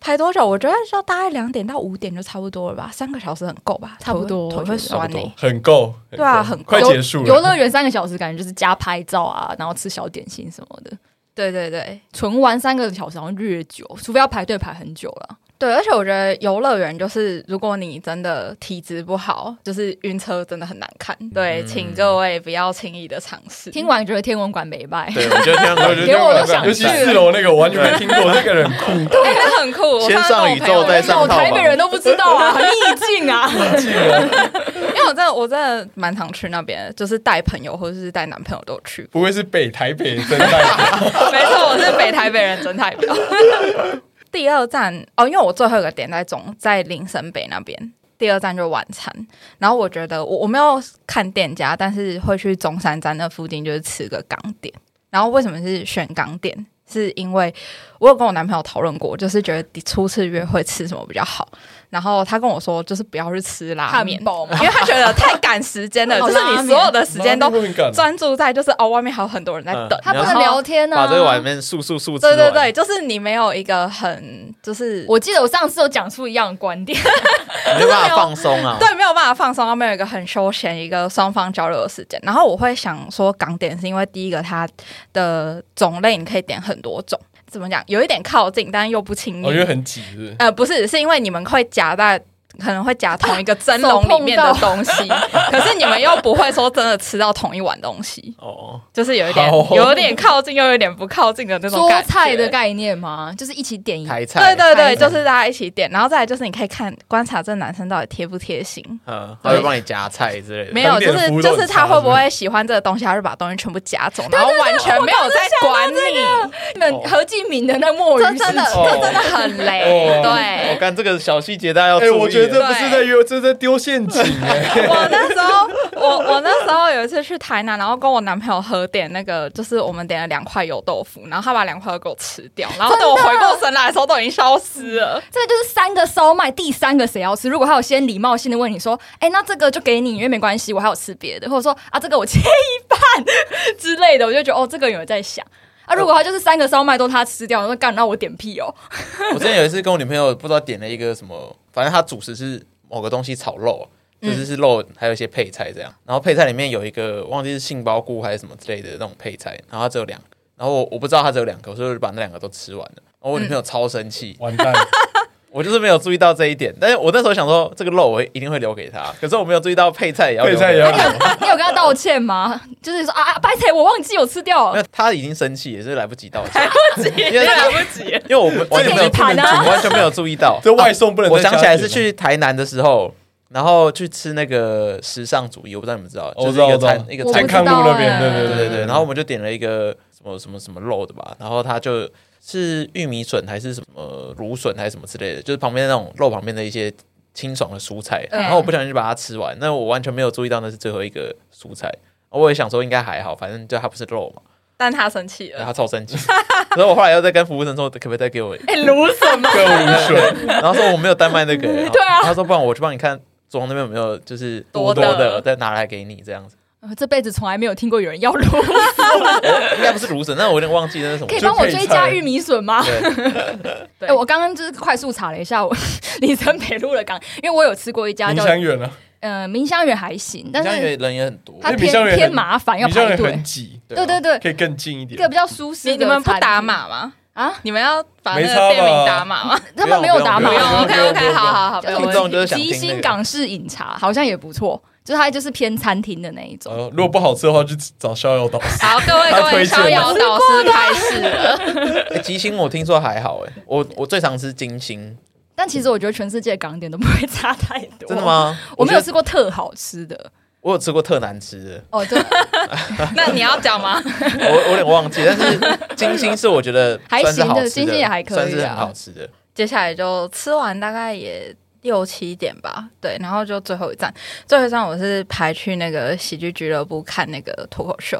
Speaker 3: 排多久？我觉得要大概两点到五点就差不多了吧，三个小时很够吧？
Speaker 4: 差不多
Speaker 3: 腿会腿
Speaker 4: 我觉
Speaker 3: 会
Speaker 4: 得
Speaker 1: 差
Speaker 3: 酸欸
Speaker 1: 不
Speaker 3: 呢、
Speaker 1: 多
Speaker 2: 很够，很
Speaker 3: 对啊
Speaker 2: 够
Speaker 3: 很够
Speaker 2: 快结束
Speaker 4: 游
Speaker 2: 了。
Speaker 4: 乐园三个小时，感觉就是加拍照啊，然后吃小点心什么的。
Speaker 3: 对对对
Speaker 4: 纯玩三个小时好像略久，除非要排队排很久了。
Speaker 3: 对，而且我觉得游乐园就是，如果你真的体质不好，就是晕车真的很难看。对，
Speaker 1: 嗯
Speaker 3: 请各位不要轻易的尝试。
Speaker 4: 听完觉得天文馆没败，
Speaker 1: 对，我觉得天
Speaker 2: 我
Speaker 1: 文 (laughs)
Speaker 2: 觉
Speaker 1: 馆
Speaker 2: 得
Speaker 4: 给我都
Speaker 2: 这样
Speaker 4: 想
Speaker 2: 尤其
Speaker 4: 去
Speaker 2: 四楼那个，我完全没听过，那个人很酷，。
Speaker 3: 哎，那很酷。我
Speaker 1: 先
Speaker 3: 上次跟我
Speaker 1: 上宇宙
Speaker 3: 朋友
Speaker 1: 再上
Speaker 4: 我
Speaker 1: 套
Speaker 4: 哎台北
Speaker 1: 吧
Speaker 4: 人都不知
Speaker 1: (laughs)
Speaker 4: 道啊，很意境啊。
Speaker 3: 因为我真的我真的蛮常去那边的，就是带朋友或者是带男朋友都有去
Speaker 2: 不会是北台北真代？
Speaker 3: (laughs) 没错，我是北台北人真
Speaker 4: (laughs)
Speaker 3: 代表。第二站哦，因为我最后一个点在中，在林森北那边。第二站就晚餐，然后我觉得我我没有看店家，但是会去中山站那附近，就是吃个港点。然后为什么是选港点？是因为我有跟我男朋友讨论过，就是觉得初次约会吃什么比较好。然后他跟我说，就是不要去吃拉面，
Speaker 4: 堡嘛
Speaker 3: 因为他觉得太赶时间了，
Speaker 4: (laughs)
Speaker 3: 就
Speaker 4: 哦
Speaker 3: 是
Speaker 4: 拉
Speaker 3: 你
Speaker 4: 面
Speaker 3: 所有的时间都
Speaker 2: 妈咪会赶
Speaker 3: 专注在就是哦，外面还有很多人在等
Speaker 1: 嗯，
Speaker 4: 他不
Speaker 3: 然
Speaker 4: 能
Speaker 3: 后
Speaker 4: 聊天啊。
Speaker 1: 把这个碗面速速速吃
Speaker 3: 对
Speaker 1: 完。
Speaker 3: 对对，就是你没有一个很就是
Speaker 4: 我记得我上次有讲出一样的观点，
Speaker 1: 没有办法放松啊。
Speaker 3: 对没有办法放松，他们有一个很休闲一个双方交流的时间。然后我会想说港点是因为第一个它的种类你可以点很多种，怎么讲有一点靠近，但又不亲密。
Speaker 2: 我觉得哦很挤，是不是
Speaker 3: 呃不是，是因为你们会夹在。可能会夹同一个蒸笼
Speaker 4: 手碰
Speaker 3: 里面的
Speaker 4: 到
Speaker 3: 东西， (laughs) 可是你们又不会说真的吃到同一碗东西，
Speaker 1: 哦，
Speaker 3: 就是有一点
Speaker 2: 好哦
Speaker 3: 有点靠近又有点不靠近的那种
Speaker 4: (laughs) 桌
Speaker 3: 感觉。
Speaker 4: 菜的概念嘛，就是一起点一
Speaker 1: 台菜，
Speaker 3: 对对对，
Speaker 4: 菜
Speaker 3: 就是大家一起点，然后再来就是你可以看观察这男生到底贴不贴心。
Speaker 1: 嗯，他会帮你夹菜之类的。
Speaker 3: 没有，
Speaker 2: 当
Speaker 3: 就
Speaker 2: 店的
Speaker 3: 是
Speaker 2: 服务都
Speaker 3: 就
Speaker 2: 很
Speaker 3: 是他
Speaker 2: 差
Speaker 3: 会不
Speaker 2: 是不
Speaker 3: 会喜欢这个东西，他就把东西全部夹走，然后完全没有在管你，
Speaker 1: 哦
Speaker 4: 们何敬明的那墨鱼
Speaker 3: 这
Speaker 4: 事
Speaker 3: 真的
Speaker 4: 件，
Speaker 3: 这真的很雷，
Speaker 2: 哦
Speaker 1: 我
Speaker 3: 对。
Speaker 1: 看这个小细节大家要注
Speaker 2: 哎，
Speaker 1: 意。
Speaker 2: 我觉得这不是在约，这是在丢陷阱哎。
Speaker 3: 我那时候，我我那时候有一次去台南，然后跟我男朋友合点那个，就是我们点了两块油豆腐，然后他把两块都给我吃掉，然后等我回过神来的时候都已经消失了。 (laughs)
Speaker 4: 这个就是三个烧麦，第三个谁要吃？如果他有先礼貌性的问你说，哎、那这个就给你，因为没关系，我还有吃别的，或者说啊，这个我切一半之类的，我就觉得哦，这个有在想。啊，如果他就是三个烧麦都他吃掉，我说干，那我点屁哦。
Speaker 1: (laughs) 我之前有一次跟我女朋友不知道点了一个什么，反正她主食是某个东西炒肉，
Speaker 2: 嗯
Speaker 1: 就是是肉，还有一些配菜这样。然后配菜里面有一个忘记是杏鲍菇还是什么之类的那种配菜，然后它只有两，然后我我不知道它只有两个，所以我就把那两个都吃完了。然后我女朋友超生气，
Speaker 2: (laughs)
Speaker 1: (laughs)
Speaker 2: 完蛋，
Speaker 1: 我就是没有注意到这一点。但是我那时候想说，这个肉我一定会留给她，可是我没有注意到配菜也要
Speaker 2: 配
Speaker 1: 留
Speaker 2: 菜也
Speaker 1: 给
Speaker 2: 要
Speaker 1: 她。
Speaker 2: 留。
Speaker 4: (laughs) 你有跟他道歉吗？ (laughs) 就是说啊，啊，白菜我忘记我吃掉
Speaker 1: 没
Speaker 4: 了
Speaker 1: 有，，她已经生气，也是来不及道歉，
Speaker 3: 也
Speaker 1: 因为她
Speaker 3: 不及。
Speaker 1: 因为我们完全没有
Speaker 4: 这可以盘啊
Speaker 1: 我完全没有注意到
Speaker 2: 这外送不能
Speaker 1: 我
Speaker 2: 再加
Speaker 1: 想起来是
Speaker 2: 点了
Speaker 1: 去台南的时候，然后去吃那个时尚主义，我不知道你们知道，
Speaker 2: 哦我
Speaker 1: 就
Speaker 2: 知
Speaker 1: 是
Speaker 2: 道
Speaker 1: 一个餐
Speaker 2: 我知道嗯
Speaker 1: 一个
Speaker 4: 我不
Speaker 2: 安
Speaker 1: 餐
Speaker 4: 知
Speaker 2: 康
Speaker 1: 厅，
Speaker 4: 道
Speaker 2: 路那边，
Speaker 4: 哎
Speaker 2: 对对
Speaker 1: 对对
Speaker 2: 对
Speaker 1: 对。然后我们就点了一个什么什么什么肉的吧，然后他就是玉米笋还是什么呃芦笋还是什么之类的，就是旁边那种肉旁边的一些。清爽的蔬菜，
Speaker 3: 嗯
Speaker 1: 然后我不小心就把它吃完，那我完全没有注意到那是最后一个蔬菜，哦我也想说应该还好，反正就它不是肉嘛，
Speaker 3: (laughs) 但他生气
Speaker 1: 然
Speaker 3: 了，
Speaker 1: 后它超
Speaker 4: (laughs)
Speaker 1: 生气，所以我后来又在跟服务生说，可不可以再给我
Speaker 3: 哎，如什么？
Speaker 2: 更无水，
Speaker 1: (laughs) 然后说我没有单卖
Speaker 4: (laughs)
Speaker 1: 那个、欸，
Speaker 4: 对啊
Speaker 1: 他说不然我去帮你看桌上那边有没有就是
Speaker 3: 多的
Speaker 1: 多的，再拿来给你这样子。
Speaker 4: 呃这辈子从来没有听过有人要卤，
Speaker 1: 应该不是芦笋，但我有点忘记那是什么
Speaker 4: 可以。帮我追加玉米笋吗？
Speaker 1: 对，
Speaker 4: 哎、
Speaker 3: 对
Speaker 4: 我刚刚就是快速查了一下我 (laughs) 里程北路的港，因为我有吃过一家
Speaker 2: 明
Speaker 4: 叫
Speaker 2: 香园啊，
Speaker 4: 呃明香园还行， (laughs) 但
Speaker 1: 但
Speaker 4: 是
Speaker 1: 是人也很多，
Speaker 4: 它
Speaker 2: 因为明
Speaker 4: 偏
Speaker 2: 香园很
Speaker 4: 偏麻烦，要
Speaker 2: 明香
Speaker 4: 排
Speaker 2: 园
Speaker 4: 队
Speaker 2: 很。挤，
Speaker 4: 对对
Speaker 1: 啊
Speaker 4: 对，
Speaker 2: 可以更近一
Speaker 4: 一
Speaker 2: 点
Speaker 4: 个。比较舒适
Speaker 3: 你
Speaker 4: 的
Speaker 3: 你们不
Speaker 4: 餐
Speaker 3: 打
Speaker 4: 厅
Speaker 3: 码吗？
Speaker 4: 啊？
Speaker 3: 你们要把那
Speaker 2: 没差吧
Speaker 3: 个店名打码 (laughs) 吗？
Speaker 4: 他们没有打
Speaker 1: 不
Speaker 4: 码
Speaker 1: 用
Speaker 3: 用
Speaker 1: 不
Speaker 4: (laughs)
Speaker 3: ，OK
Speaker 1: 用
Speaker 3: OK，好好好，
Speaker 4: 叫
Speaker 3: 没
Speaker 4: 什
Speaker 1: 不
Speaker 3: 问
Speaker 1: 用众
Speaker 3: 题。
Speaker 1: 就是
Speaker 4: 么
Speaker 1: 想听
Speaker 4: 吉
Speaker 1: 那个
Speaker 4: 星港式饮茶，好像也不错，就是它就是偏餐厅的那一种。
Speaker 2: 呃，如果不好吃的话，就找逍遥岛。
Speaker 3: 好，各位
Speaker 2: 他
Speaker 3: 各位，
Speaker 2: 推荐
Speaker 3: 逍遥导师开始了。
Speaker 1: 欸吉星我听说还好哎、欸我我最常吃金星，
Speaker 4: 但其实我觉得全世界港点都不会差太多。
Speaker 1: 真的？吗？
Speaker 4: 我没有
Speaker 1: 觉得，
Speaker 4: 吃过特好吃的
Speaker 1: 我有吃过特难吃的，
Speaker 4: 哦，对，
Speaker 3: 那你要讲吗？
Speaker 1: 我我有点忘记，但是金星是我觉得
Speaker 4: (laughs) 还
Speaker 1: 算是
Speaker 4: 行的
Speaker 1: 好吃
Speaker 4: 金星也还可以啊
Speaker 1: 算是很好吃的。
Speaker 3: (laughs) 接下来就吃完大概也六七点吧，对，然后就最后一站，最后一站我是排去那个喜剧俱乐部看那个脱口秀，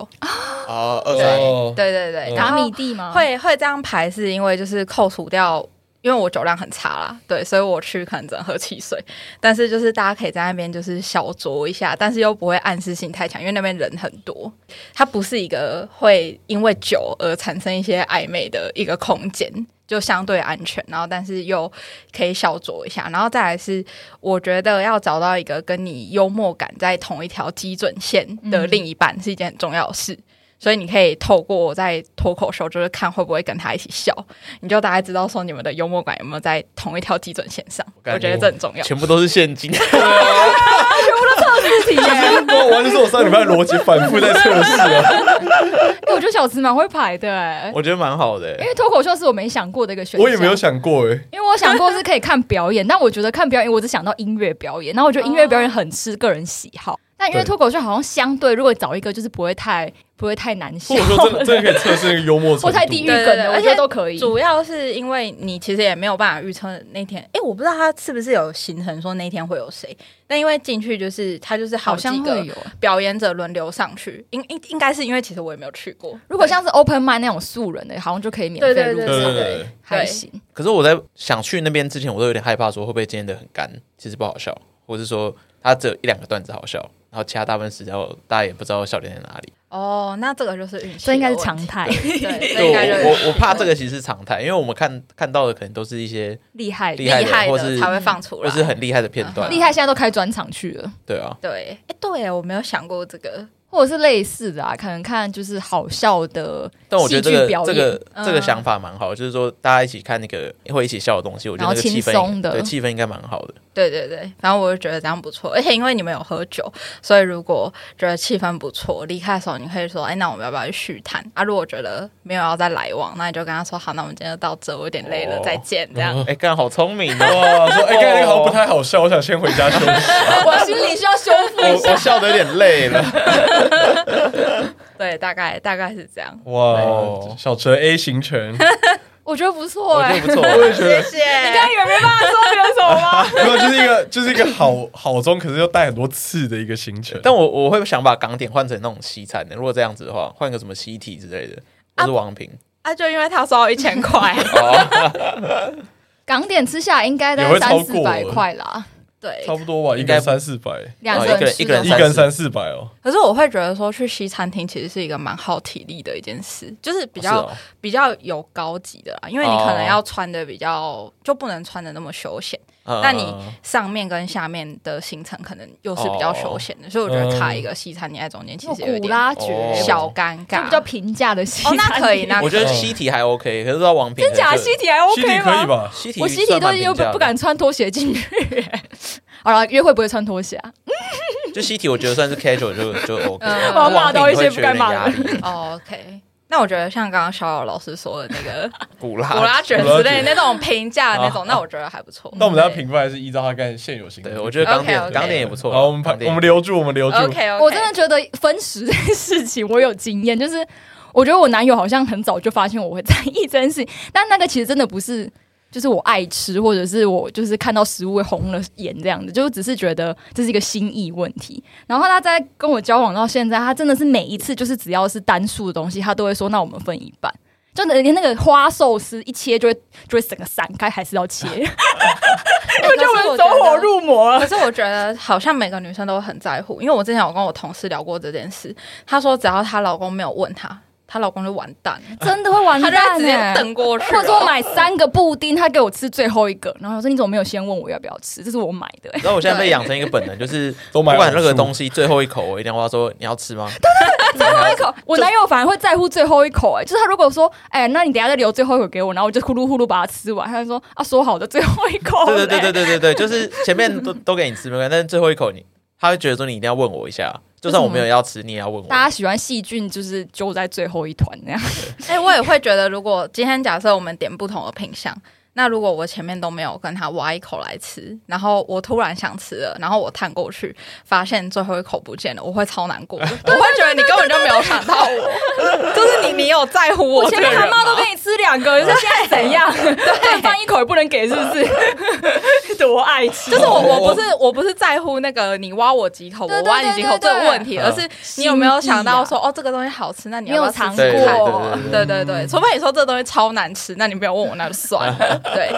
Speaker 1: 哦，二三一
Speaker 2: 哦，
Speaker 3: 对对对，
Speaker 2: 嗯
Speaker 3: 然
Speaker 4: 达
Speaker 3: 后
Speaker 4: 米蒂吗？
Speaker 3: 会会这样排是因为就是扣除掉。因为我酒量很差啦，对，所以我去可能只能喝汽水，但是就是大家可以在那边就是小酌一下，但是又不会暗示性太强，因为那边人很多，它不是一个会因为酒而产生一些暧昧的一个空间，就相对安全，然后但是又可以小酌一下，然后再来是我觉得要找到一个跟你幽默感在同一条基准线的另一半是一件很重要的事。所以你可以透过在脱口秀，就是看会不会跟他一起笑，你就大概知道说你们的幽默感有没有在同一条基准线上。
Speaker 1: 感觉
Speaker 3: 我觉得这很重要。
Speaker 1: 全部都是现金， (laughs)
Speaker 4: 自己 (laughs) 耶，
Speaker 2: 我完全是我上礼拜的逻辑反复在测试啊，
Speaker 4: 我觉得小吃蛮会排的哎，
Speaker 1: 我觉得蛮好的、
Speaker 4: 因
Speaker 1: 欸。
Speaker 4: 为脱口秀是我没想过的一个选项。
Speaker 2: 我也没有想过哎。
Speaker 4: 因为我想过是可以看表演，但我觉得看表演，我只想到音乐表演，然后我觉得音乐表演很吃个人喜好。但因为
Speaker 2: 哦对
Speaker 4: 脱口秀好像相对，如果找一个就是不会太不会太难笑
Speaker 2: 或者，说真的真的可以测试那个幽默程度。
Speaker 4: 或太地狱
Speaker 3: 对
Speaker 4: 梗
Speaker 3: 对对
Speaker 4: 的，我
Speaker 3: 而
Speaker 4: 觉得
Speaker 3: 且
Speaker 4: 都可以。
Speaker 3: 主要是因为你其实也没有办法预测那天，诶，我不知道他是不是有行程说那天会有谁，但因为进去就是他就是好
Speaker 4: 好
Speaker 3: 几
Speaker 4: 像
Speaker 3: 个
Speaker 4: 会有，
Speaker 3: 表演者轮流上去，应应应该是因为其实我也没有去过，
Speaker 4: 如果像是 open mind 那种素人的，好像就可以免费
Speaker 3: 对
Speaker 4: 入
Speaker 3: 对
Speaker 2: 对对
Speaker 4: 场，
Speaker 2: 对，
Speaker 4: 还行。
Speaker 1: 可是我在想去那边之前，我都有点害怕，说会不会今天的很干，其实不好笑，或是说它只有一两个段子好笑，然后其他大部分时间哦大家也不知道笑点在哪里。
Speaker 3: 哦，那这个就是运气，
Speaker 4: 这应该是常，态， (laughs)
Speaker 3: 对，这
Speaker 1: 对
Speaker 3: 应
Speaker 1: 我
Speaker 3: 该就是
Speaker 1: 我我怕这个其实是常态，因为我们看看到的可能都是一些
Speaker 4: 厉害
Speaker 1: 厉
Speaker 3: 厉
Speaker 1: 害的
Speaker 3: 害
Speaker 1: 或是
Speaker 3: 的才会放出
Speaker 1: 或
Speaker 3: 来，
Speaker 1: 是很厉害的片段，
Speaker 4: 厉害，现在都开专场去了，
Speaker 1: 对啊。
Speaker 3: 对，哎，对我没有想过这个，
Speaker 4: 或者是类似的啊，可能看就是好笑的
Speaker 1: 但我觉得
Speaker 4: 戏
Speaker 1: 这
Speaker 4: 剧
Speaker 1: 个
Speaker 4: 表
Speaker 1: 这
Speaker 4: 演
Speaker 1: 个。
Speaker 4: 嗯
Speaker 1: 这个想法蛮好，就是说大家一起看那个会一起笑的东西，我觉
Speaker 4: 然
Speaker 1: 得那
Speaker 4: 后
Speaker 1: 个气氛
Speaker 4: 轻松的
Speaker 1: 对气氛应该蛮好的。
Speaker 3: 对对对，反正我就觉得这样不错，而且因为你们有喝酒，所以如果觉得气氛不错，离开的时候你可以说，哎，那我们要不要去续谈？啊，如果觉得没有要再来往，那你就跟他说，好，那我们今天就到这，我有点累了，
Speaker 1: 哦
Speaker 3: 再见，这 (laughs) 样。
Speaker 1: 哎，干好聪明
Speaker 4: (laughs)
Speaker 1: 哦！
Speaker 2: 哇，说哎，刚才那个好像不太好笑，我想先回家休息。
Speaker 4: (laughs) 我心里需要修复一
Speaker 1: 我
Speaker 4: 下
Speaker 1: 我。笑得有点累
Speaker 4: (laughs)
Speaker 1: 了。
Speaker 3: 对，大概大概是这样。
Speaker 2: 哇，小陈 A 行程，
Speaker 4: 我觉得不错
Speaker 1: 我觉
Speaker 4: 哎、
Speaker 1: 得不错。啊
Speaker 2: 我也觉得
Speaker 3: 谢谢。
Speaker 4: 你刚以为没办法说别人什么吗？
Speaker 1: (laughs)
Speaker 2: 没有，就是一个就是一个好好中，可是又带很多刺的一个行程。
Speaker 1: 但我我会想把港点换成那种西餐的，如果这样子的话，换个什么西体之类的，或是王
Speaker 4: (laughs)
Speaker 1: 哦平。
Speaker 3: 啊，就因为他收到一
Speaker 1: (laughs)
Speaker 3: 千块，
Speaker 4: 港点吃下来应该大
Speaker 2: 也
Speaker 4: 概
Speaker 2: 会超
Speaker 4: 三
Speaker 2: 过
Speaker 4: 四百块啦，
Speaker 3: 对。
Speaker 2: 差不多吧，一
Speaker 1: 应该
Speaker 2: 根三四百，
Speaker 4: 两
Speaker 1: 哦
Speaker 4: 个
Speaker 1: 一个人
Speaker 4: 人吃
Speaker 1: 一个人
Speaker 2: 一
Speaker 4: 的话
Speaker 2: 根三四百哦。
Speaker 3: 可是我会觉得说，去西餐厅其实是一个蛮耗体力的一件事，就是比较、
Speaker 1: 是哦
Speaker 3: 比较有高级的啦，因为你可能
Speaker 1: 哦
Speaker 3: 要穿的比较，就不能穿的那么休闲。
Speaker 1: 嗯
Speaker 3: 那你上面跟下面的行程可能又是比较休闲
Speaker 2: 哦
Speaker 3: 的，所以我觉得卡一个西餐厅在中间其实有
Speaker 4: 嗯古
Speaker 3: 点
Speaker 4: 拉爵、
Speaker 1: 哦
Speaker 3: 小尴
Speaker 4: 就
Speaker 3: 尬。
Speaker 4: 比较平价的西
Speaker 3: 哦
Speaker 4: 餐
Speaker 3: 那可以
Speaker 4: 厅
Speaker 3: 那
Speaker 1: 我觉得西体还 OK，可是到王平
Speaker 4: 真假
Speaker 1: 可能就
Speaker 4: 西体还
Speaker 2: 西体
Speaker 4: OK
Speaker 2: 可以
Speaker 4: 吗？
Speaker 2: 吧？
Speaker 1: 西体
Speaker 4: 我西体都
Speaker 1: 算蛮
Speaker 4: 又
Speaker 1: 平价的
Speaker 4: 不敢穿拖鞋进去、 (laughs) 好了，约会不会穿拖鞋啊？
Speaker 1: 就西体，我觉得算是 casual 就就 OK。
Speaker 3: 嗯
Speaker 1: 那
Speaker 4: 我骂
Speaker 1: 王
Speaker 4: 到
Speaker 1: 品
Speaker 4: 一
Speaker 1: 会
Speaker 4: 些
Speaker 1: 觉
Speaker 4: 不
Speaker 1: 得
Speaker 4: 该
Speaker 1: 有
Speaker 4: 骂
Speaker 1: 压
Speaker 4: 的
Speaker 1: 力
Speaker 3: 哦 OK，那我觉得像刚刚小老老师说的那个
Speaker 2: (laughs)
Speaker 1: 古
Speaker 4: (laughs)
Speaker 1: 拉
Speaker 3: 古拉卷之类的那种平价的那种，那我觉得还不错。
Speaker 2: 那我们
Speaker 4: 嗯
Speaker 2: 家评分还是依照他刚才现有行程。
Speaker 1: 对，我觉得港点
Speaker 3: OK，OK
Speaker 1: 港点也不错。啊
Speaker 2: 好，我们排
Speaker 1: 港，点
Speaker 2: 我们留住，我们留住。
Speaker 3: OK OK，
Speaker 4: 我真的觉得分食这件事情，我有经验，就是我觉得我男友好像很早就发现我会在意这件事情，但那个其实真的不是。就是我爱吃，或者是我就是看到食物会红了眼这样子，就只是觉得这是一个心意问题。然后他在跟我交往到现在，他真的是每一次就是只要是单数的东西，他都会说那我们分一半，就连那个花寿司一切就会就 (laughs) 会整个散开，还是要切，我
Speaker 3: (laughs) 我
Speaker 4: 觉得我们走火入魔了。
Speaker 3: 可是我觉得好像每个女生都很在乎，因为我之前有跟我同事聊过这件事，她说只要她老公没有问她，她老公就完蛋，
Speaker 4: 真的会完
Speaker 3: 她
Speaker 4: 蛋、
Speaker 3: 就会
Speaker 4: 欸，
Speaker 3: 直接瞪过
Speaker 4: (laughs)
Speaker 3: 去。
Speaker 4: 或者我买三个布丁，他给我吃最后一个，然后我说你怎么没有先问我要不要吃？这是我买
Speaker 1: (laughs)
Speaker 4: 的、欸，
Speaker 1: 然后我现在被养成一个本能，就是不
Speaker 2: 都买
Speaker 1: 管任何
Speaker 2: 偶数
Speaker 1: 东西，最后一口我一定要说你要吃吗？
Speaker 4: 最后一口。我男友反而会在乎最后一口、欸，哎，就是他如果说，哎、那你等一下再留最后一口给我，然后我就呼噜呼噜把它吃完，他就说啊，说好的最后一口、
Speaker 1: 对对对对
Speaker 4: 对，
Speaker 1: 对对对，就是前面都都给你吃没关系，但是最后一口你他会觉得说你一定要问我一下，就算我没有要吃，你也要问
Speaker 4: (laughs) 大
Speaker 1: 我。
Speaker 4: 家喜欢细菌就是揪在最后一团那样。
Speaker 3: (laughs) 哎、我也会觉得，如果今天假设我们点不同的品相，那如果我前面都没有跟他挖一口来吃，然后我突然想吃了，然后我探过去发现最后一口不见了，我会超难
Speaker 4: (laughs)
Speaker 3: 过的，我会觉得你根本就没有想到我，就是你你有在乎我
Speaker 4: 我
Speaker 3: 这
Speaker 4: 前
Speaker 3: 个
Speaker 4: 面
Speaker 3: 人啊
Speaker 4: 他妈都
Speaker 3: 吗？
Speaker 4: 给你吃两
Speaker 3: (laughs)
Speaker 4: 个，你说现在怎样？对，饭一口也不能给，是不是？
Speaker 3: (laughs)
Speaker 4: 多爱吃，
Speaker 3: 就是我，我不是我不是在乎那个你挖我几口，
Speaker 4: 对
Speaker 3: 我挖你几口这
Speaker 4: 对对对啊
Speaker 3: 个问题，
Speaker 1: 对
Speaker 3: 而是你有没有想到说，哦，这个东西好吃，那你要不要
Speaker 4: (laughs) 你有尝
Speaker 3: 试
Speaker 1: 对
Speaker 3: 试
Speaker 1: 对
Speaker 3: 看
Speaker 4: 过
Speaker 1: 对对对，
Speaker 3: 对对对，除非你说这东西超难吃，那你不要问我，那就算了。
Speaker 4: (laughs)
Speaker 3: 对，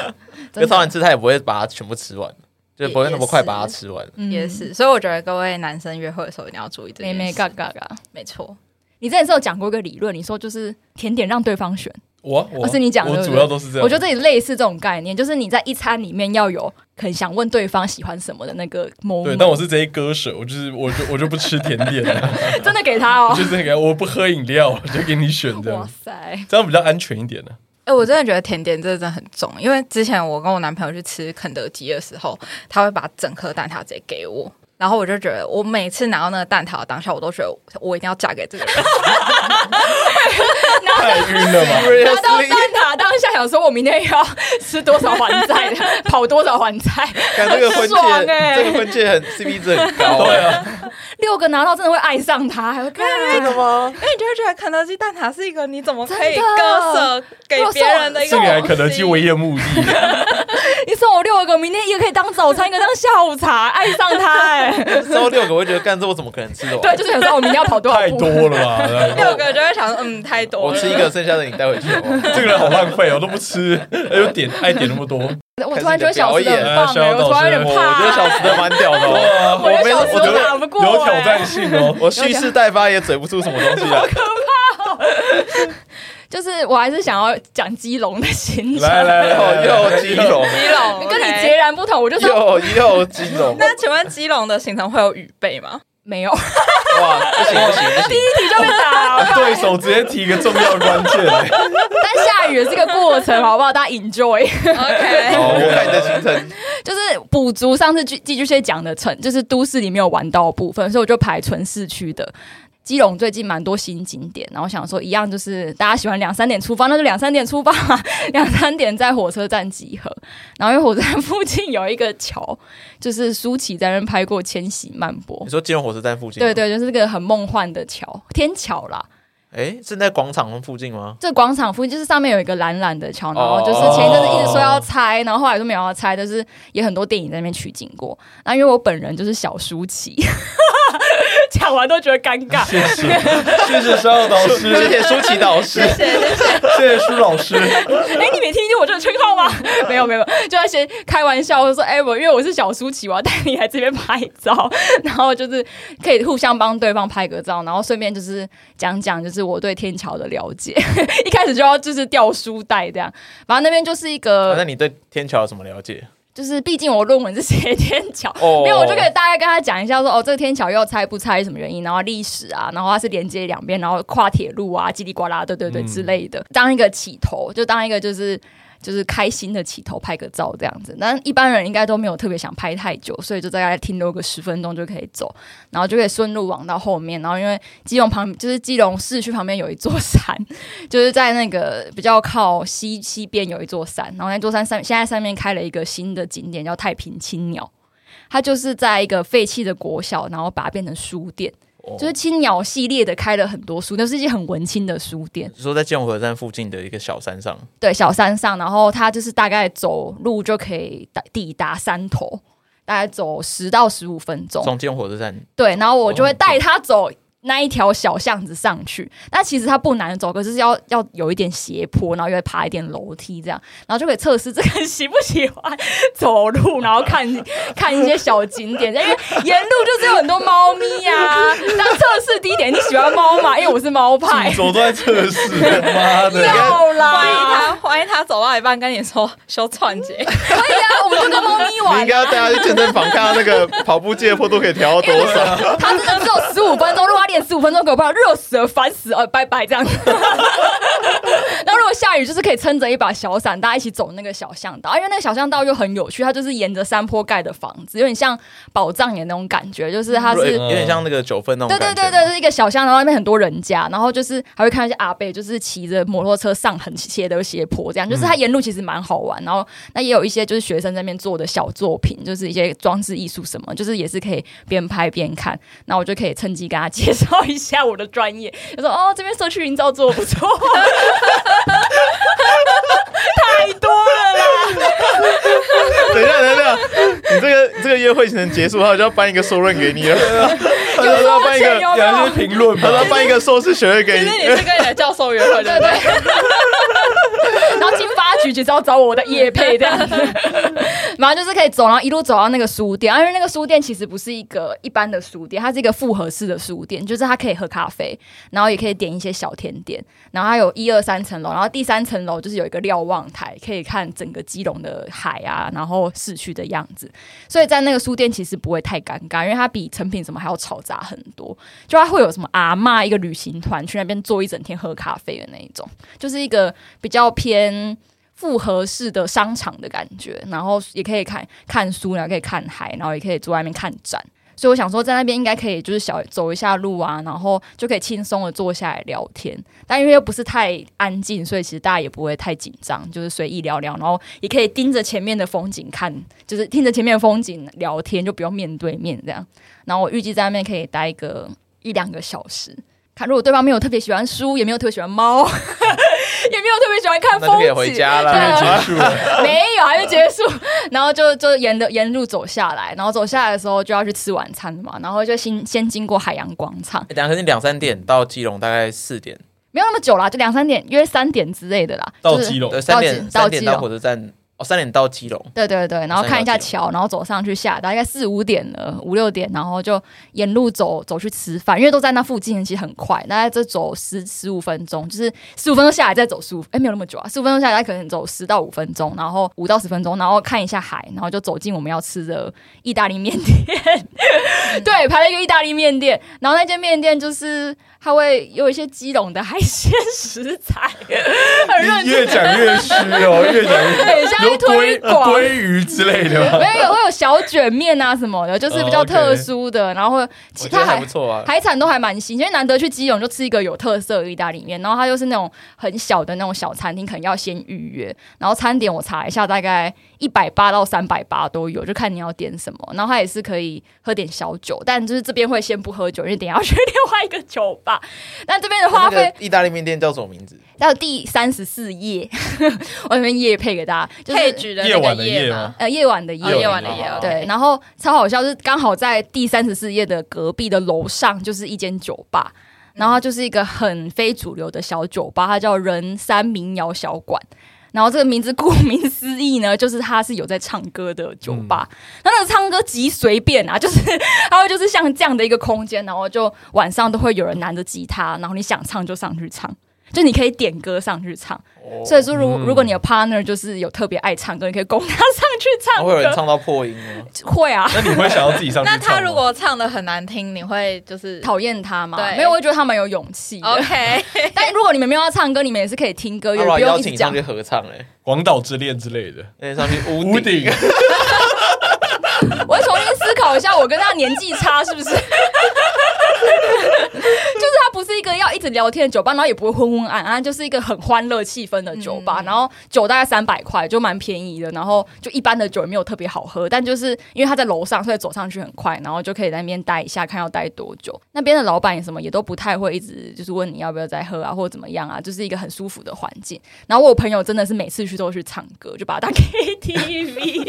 Speaker 1: 就超难吃，他也不会把它全部吃完，就不会那么快把它吃完。
Speaker 4: 嗯
Speaker 3: 也是，所以我觉得各位男生约会的时候一定要注意这
Speaker 4: 妹
Speaker 3: 件事。
Speaker 4: 妹嘎嘎嘎。
Speaker 3: 没错，
Speaker 4: 你之前是有讲过一个理论，你说就是甜点让对方选。
Speaker 2: 我啊我
Speaker 4: 哦是你讲的
Speaker 2: 我
Speaker 4: 对不
Speaker 2: 主
Speaker 4: 对
Speaker 2: 要都是啊这样。
Speaker 4: 我觉得这里类似这种概念，就是你在一餐里面要有很想问对方喜欢什么的那个 moment。
Speaker 2: 对，但我是直接割舍，我就是我就我就不吃甜点了，
Speaker 4: (laughs) 真的给他
Speaker 2: 我
Speaker 4: 哦。
Speaker 2: 就是那个我不喝饮料，我就给你选这
Speaker 4: 哇
Speaker 2: 样，
Speaker 4: 塞，
Speaker 2: 这样比较安全一点呢。
Speaker 3: 哎、我真的觉得甜点这真的很重，因为之前我跟我男朋友去吃肯德基的时候，他会把整颗蛋挞直接给我。然后我就觉得，我每次拿到那个蛋挞的当下，我都觉得我一定要嫁给这个人。
Speaker 2: 太晕了
Speaker 4: (laughs)
Speaker 2: 吧？
Speaker 4: 拿到蛋挞当下想说，我明天要吃多少还债的， (laughs) 跑多少还债，
Speaker 1: 看这个婚戒
Speaker 4: 很爽，欸
Speaker 1: 这个婚戒很 CP 值很高
Speaker 2: 对
Speaker 1: 欸。
Speaker 2: 啊，
Speaker 4: 六个拿到真的会爱上他，还会跟他
Speaker 1: 真的吗？
Speaker 3: (laughs) 因为你就会觉得肯德基蛋挞是一个你怎么可以
Speaker 4: 真的
Speaker 3: 割舍给别人的一
Speaker 2: 这
Speaker 3: 个东
Speaker 2: 个
Speaker 3: 西。
Speaker 2: 来肯德基唯一的目的，
Speaker 4: 你送我六个，明天一个可以当早餐，一个当下午茶，爱上他
Speaker 2: (laughs)
Speaker 4: 哎、
Speaker 1: 收六个，我会觉得干这我怎么可能吃得
Speaker 4: 对，
Speaker 1: 完？
Speaker 4: 就是想说我明天要跑多少
Speaker 2: 太
Speaker 4: 步，
Speaker 2: 多了吧？
Speaker 4: (laughs)
Speaker 3: 六个就会想说，嗯，太多
Speaker 1: 我
Speaker 3: 了。
Speaker 1: 吃一个，剩下的你带回去哦。
Speaker 2: 这个人好浪费哦，都不吃，哎呦点爱点那么多，
Speaker 4: 我突然觉得小时的很棒
Speaker 2: 开始你
Speaker 4: 哎、
Speaker 2: 的表演
Speaker 4: 我突然有
Speaker 1: 我
Speaker 4: 点
Speaker 1: 我觉
Speaker 4: 怕、
Speaker 1: 得小石的蛮屌的哦，
Speaker 4: 啊我觉得
Speaker 1: 没
Speaker 4: 小
Speaker 1: 我觉
Speaker 4: 石
Speaker 1: 得
Speaker 4: 打不过、哎
Speaker 2: 有挑战性哦。
Speaker 1: 我蓄势待发也嘴不出什么东西
Speaker 4: (laughs)
Speaker 1: 来。
Speaker 4: 就是我还是想要讲基隆的行程，
Speaker 2: 来来来，
Speaker 1: 哦又又基隆，
Speaker 3: 基隆
Speaker 4: 跟你
Speaker 3: OK
Speaker 4: 截然不 (laughs) 同。我就说
Speaker 1: 又又基隆，
Speaker 3: 那请问基隆的行程会有雨备吗？
Speaker 4: 没有，你
Speaker 1: 哇，不行不行不行！
Speaker 4: 就被打了。
Speaker 2: (laughs) 对手直接提一个重要关键，
Speaker 4: 但下雨也是个过程，好不好？大家 enjoy，
Speaker 3: OK，
Speaker 1: 好，哦 (laughs) 我看你的行程，
Speaker 4: 就是补足上次寄寄居蟹讲的城，就是都市里没有玩到的部分，所以我就排纯市区的。基隆最近蛮多新景点，然后想说一样就是大家喜欢两三点出发，那就两三点出发嘛，两三点在火车站集合。然后因为火车站附近有一个桥，就是舒淇在那边拍过《千禧曼波》
Speaker 1: 你，说金融火车站附近，
Speaker 4: 对，对，就是这个很梦幻的桥，天桥啦。
Speaker 1: 哎，是在广场附近吗？
Speaker 4: 这广场附近就是上面有一个蓝蓝的桥，然后
Speaker 1: 哦
Speaker 4: 就是前一阵子一直说要拆，然后后来都没有要拆，就是也很多电影在那边取景过。啊那因为我本人就是小舒淇， (laughs) 讲完都觉得尴尬。
Speaker 2: 谢谢，谢谢肖老师，
Speaker 1: 谢谢舒淇老 (laughs) 师，
Speaker 2: 谢谢舒老师。
Speaker 4: (laughs) 哎、你没听见我这个称号吗？ (laughs) 没有没有，就要先开玩笑，我说哎、我因为我是小舒淇，我要带你来这边拍照， (laughs) 然后就是可以互相帮对方拍个照，然后顺便就是讲讲就是我对天桥的了解， (laughs) 一开始就要就是掉书袋这样，反正那边就是一
Speaker 1: 啊那
Speaker 4: 个，
Speaker 1: 你对天桥有什么了解？
Speaker 4: 就是毕竟我论文是写天桥。
Speaker 1: 哦
Speaker 4: 没有，我就可以大概跟他讲一下说，哦，这个天桥要拆不拆，什么原因，然后历史啊，然后它是连接两边，然后跨铁路啊，叽里呱啦，对对对、
Speaker 2: 嗯
Speaker 4: 之类的，当一个起头，就当一个就是就是开心的起头，拍个照这样子。但一般人应该都没有特别想拍太久，所以就大概停留个十分钟就可以走，然后就可以顺路往到后面，然后因为基隆旁就是基隆市区旁边有一座山， (laughs) 就是在那个比较靠西西边有一座山，然后那座山上现在上面开了一个新的景点叫太平青鸟。它就是在一个废弃的国小，然后把它变成书店，
Speaker 1: 哦
Speaker 4: 就是青鸟系列的开了很多书，就是一间很文青的书店。
Speaker 1: 说在建武河站附近的一个小山上，
Speaker 4: 对，小山上，然后它就是大概走路就可以达抵达山头，大概走十到十五分钟。
Speaker 1: 从建武火车站
Speaker 4: 对，然后我就会
Speaker 1: 哦
Speaker 4: 带他走那一条小巷子上去。那其实它不难走，可是要要有一点斜坡，然后又会爬一点楼梯这样，然后就可以测试这个人喜不喜欢走路，然后看 (laughs) 看一些小景点，因为沿路就是有很多猫咪啊。当测试第一点，你喜欢猫吗？因为我是猫派。
Speaker 2: 走都在测试，妈的！
Speaker 4: 要
Speaker 3: 万一
Speaker 4: 啦！
Speaker 3: 他万一他走到一半跟你说修串节，
Speaker 4: 对呀、啊我们就跟猫咪
Speaker 1: 你
Speaker 4: 玩啊
Speaker 1: 应该要带他去健身房，看他那个跑步界坡度可以调到多少。
Speaker 4: 他真的只有十五分钟，如果他练十五分钟，给我不好热死了，烦死了，呃拜拜这样子。 (laughs) 然后如果下雨，就是可以撑着一把小伞，大家一起走那个小巷道，因为那个小巷道又很有趣，它就是沿着山坡盖的房子，有点像宝藏岩那种感觉，就是它
Speaker 1: 有
Speaker 4: 是。
Speaker 1: 有点嗯像那个九份那种
Speaker 4: 对对
Speaker 1: 感觉
Speaker 4: 对对，是一个小巷，然后那边很多人家，然后就是还会看到一些阿伯，就是骑着摩托车上很斜的斜坡，这样就是它沿路其实蛮好玩。然后那也有一些就是学生在那边做的小作品，就是一些装置艺术什么，就是也是可以边拍边看。那我就可以趁机跟他介绍一下我的专业，就说哦，这边社区营造做的不 (laughs) 错，太多了啦。
Speaker 1: 等一下，等一下，你这个你这个约会行程结束后，就要颁一个硕论给你了。 (laughs) 他说要
Speaker 4: 而
Speaker 1: 颁一
Speaker 4: 且
Speaker 1: 个，
Speaker 4: 有没
Speaker 2: 讲一
Speaker 4: 有？
Speaker 2: 些评论
Speaker 1: 他说要
Speaker 2: 吧。
Speaker 1: 颁一个硕士学位给
Speaker 3: 其
Speaker 1: 你
Speaker 3: 实。你是跟你的教授约会
Speaker 4: 对
Speaker 3: 的，
Speaker 4: 对。然后金发局其实要找我，我在夜配这样子，然后就是可以走，然后一路走到那个书店，啊因为那个书店其实不是一个一般的书店，它是一个复合式的书店，就是它可以喝咖啡，然后也可以点一些小甜点，然后它有一二三层楼，然后第三层楼就是有一个瞭望台，可以看整个基隆的海啊，然后市区的样子，所以在那个书店其实不会太尴尬，因为它比成品什么还要嘈杂很多，就它会有什么阿嬷一个旅行团去那边坐一整天喝咖啡的那一种，就是一个比较偏复合式的商场的感觉，然后也可以看看书，然后可以看海，然后也可以坐外面看展。所以我想说，在那边应该可以就是小走一下路啊，然后就可以轻松的坐下来聊天。但因为又不是太安静，所以其实大家也不会太紧张，就是随意聊聊，然后也可以盯着前面的风景看，就是听着前面的风景聊天，就不用面对面这样。然后我预计在那边可以待个一两个小时。看，如果对方没有特别喜欢书，也没有特别喜欢猫， (laughs) 也没有特别喜欢看
Speaker 1: 那就
Speaker 4: 风
Speaker 1: 可以
Speaker 4: 景， (laughs)
Speaker 1: 回家
Speaker 4: 对啊
Speaker 1: 了。
Speaker 2: 结束了，
Speaker 4: (laughs) 没有，还没结束。 (laughs) 然后就就沿着沿路走下来，然后走下来的时候就要去吃晚餐嘛，然后就先先经过海洋广场，
Speaker 1: 两个你两三点到基隆，大概四点，
Speaker 4: 没有那么久啦，就两三点，约三点之类的啦。
Speaker 2: 到
Speaker 4: 就是
Speaker 2: 基隆
Speaker 1: 对，三
Speaker 4: 到
Speaker 1: 点
Speaker 4: 基
Speaker 1: 三点
Speaker 4: 到基
Speaker 1: 到
Speaker 4: 隆
Speaker 1: 火车站，哦，三点到基隆。
Speaker 4: 对对对，然后看一下
Speaker 1: 三角
Speaker 4: 桥，然后走上去下，大概四五点了，五六点，然后就沿路走走去吃饭，因为都在那附近，其实很快，大概这走十十五分钟，就是十五分钟下来再走十五，哎，没有那么久啊，十五分钟下来大概可能走十到五分钟，然后五到十分钟，然后看一下海，然后就走进我们要吃的意大利面店， (laughs) 对，排了一个意大利面店，然后那间面店就是它会有一些基隆的海鲜食材， (laughs) 很认
Speaker 2: 你
Speaker 4: 真。
Speaker 2: 越讲越虚哦，越讲越
Speaker 4: 很像
Speaker 2: 有
Speaker 4: 在推
Speaker 2: 鲑
Speaker 4: 广，
Speaker 2: 鲑鱼之类的
Speaker 1: (laughs)
Speaker 2: 吧。
Speaker 4: 没有有会有小卷面啊什么的，就是比较特殊的，然后
Speaker 1: 哦
Speaker 4: 其
Speaker 1: 我觉
Speaker 4: 他
Speaker 1: 得还
Speaker 4: 海
Speaker 1: 不错啊。
Speaker 4: 海产都还蛮新，因为难得去基隆就吃一个有特色的意大利面，然后它又是那种很小的那种小餐厅，可能要先预约，然后餐点我查一下，大概一百八到三百八都有，就看你要点什么，然后它也是可以喝点小酒，但就是这边会先不喝酒，因为等一下要去另外一个酒吧。 (laughs) 那这边的话
Speaker 1: 那
Speaker 4: 会
Speaker 1: 个意大利面店叫什么名字？
Speaker 4: 到第三十四页， (laughs) 我这边夜配给大 (laughs) 家，就
Speaker 3: 配
Speaker 4: 是
Speaker 3: 局的
Speaker 2: 夜
Speaker 3: 那
Speaker 2: 晚
Speaker 3: 个
Speaker 2: 的
Speaker 3: 夜
Speaker 2: 夜
Speaker 3: 吗
Speaker 2: 吗？
Speaker 4: 呃夜晚的
Speaker 3: 哦
Speaker 4: 夜。哦
Speaker 3: 夜晚的夜
Speaker 1: 夜，晚
Speaker 3: OK
Speaker 4: 对，，然后超好笑是，刚好在第三十四页的隔壁的楼上就是一间酒吧，
Speaker 1: 嗯
Speaker 4: 然后它就是一个很非主流的小酒吧，它叫人山民谣小馆。然后这个名字顾名思义呢，就是它是有在唱歌的酒吧。
Speaker 1: 嗯
Speaker 4: 那那个唱歌极随便啊，就是 (laughs) 它会就是像这样的一个空间，然后就晚上都会有人拿着吉他，然后你想唱就上去唱，就你可以点歌上去唱。
Speaker 1: 哦
Speaker 4: 所以说如，如、
Speaker 2: 嗯
Speaker 4: 果你的 partner 就是有特别爱唱歌，你可以供他上去唱
Speaker 1: 然
Speaker 4: (laughs)
Speaker 1: 后
Speaker 4: 歌。
Speaker 1: 会有人唱到破音吗？
Speaker 4: 会啊，
Speaker 2: 那你会想要自己上去
Speaker 3: 那
Speaker 2: 唱吗？
Speaker 3: 他如果唱的很难听，你会就是
Speaker 4: 讨厌他嘛？
Speaker 3: 对
Speaker 4: 没有，我会觉得他蛮有勇气的。
Speaker 3: OK
Speaker 4: (laughs) 但如果你们没有要唱歌，你们也是可以听
Speaker 1: (laughs)
Speaker 4: 歌，也
Speaker 1: 阿软
Speaker 4: 不
Speaker 1: 啊邀
Speaker 4: 用一
Speaker 1: 请你
Speaker 4: 直讲
Speaker 1: 上去。合唱 (laughs) 嘞，
Speaker 2: 广岛之恋之类的，
Speaker 1: 那你上去屋
Speaker 2: 屋顶
Speaker 4: 我会重新思考一下，我跟他年纪差是不是？就是他不是一个要一直聊天的酒吧，然后也不会昏昏暗暗，就是一个很欢乐气氛的酒吧。然后酒大概三百块，就蛮便宜的。然后就一般的酒也没有特别好喝，但就是因为他在楼上，所以走上去很快，然后就可以在那边待一下，看要待多久。那边的老板也什么也都不太会一直就是问你要不要再喝啊，或者怎么样啊，就是一个很舒服的环境。然后我有朋友真的是每次去都去唱歌，就把它当 KTV。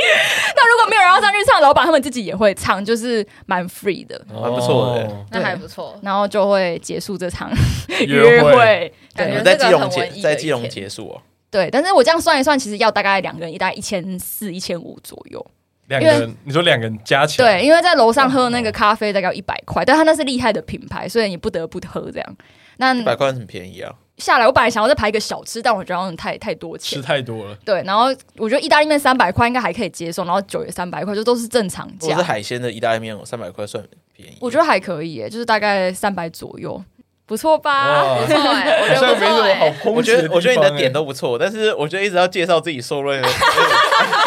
Speaker 4: 那如果没有人要上去唱，老板他们自己也会唱，就是蛮 free 的。
Speaker 2: 还
Speaker 1: 不错的
Speaker 3: 那还不
Speaker 4: (laughs)
Speaker 3: 错。
Speaker 4: 然后就会结束这场
Speaker 2: 欸约
Speaker 4: 会，
Speaker 2: 会。
Speaker 3: 感
Speaker 1: 你们嗯
Speaker 3: 觉
Speaker 4: 对
Speaker 1: 在
Speaker 3: 这
Speaker 1: 基
Speaker 3: 个很
Speaker 1: 隆
Speaker 3: 文艺
Speaker 1: 结
Speaker 3: 的
Speaker 1: 在
Speaker 3: 一
Speaker 1: 基隆
Speaker 3: 天
Speaker 1: 结束哦，
Speaker 4: 对，但是我这样算一算，其实要大概两个人一大概一千四、一千五左右。
Speaker 2: 两个人，你说两个人加起来，
Speaker 4: 对，因为在楼上喝那个咖啡大概一百块，但他那是厉害的品牌，所以你不得不喝这样。那
Speaker 1: 一百块很便宜啊。
Speaker 4: 下来，我本来想要再排一个小吃，但我觉得好像太太多
Speaker 2: 吃
Speaker 4: 钱。
Speaker 2: 太多了。
Speaker 4: 对，然后我觉得意大利面三百块应该还可以接受，然后酒也三百块，就都是正常
Speaker 1: 如果是
Speaker 4: 价。
Speaker 1: 海鲜的意大利面，我三百块算便宜。
Speaker 4: 我觉得还可以耶，就是大概三百左右，不错吧？
Speaker 2: 哇
Speaker 3: 不错哎，我觉
Speaker 2: 好像
Speaker 3: 得
Speaker 2: 没什
Speaker 3: 不错
Speaker 2: 么好
Speaker 3: 哎。
Speaker 2: 抨
Speaker 1: 我
Speaker 2: 击
Speaker 1: 觉得我觉得你
Speaker 2: 地
Speaker 1: 的
Speaker 2: 方欸
Speaker 1: 点都不错，但是我觉得一直要介绍自己受论，
Speaker 2: (laughs)
Speaker 4: (laughs)
Speaker 2: 哎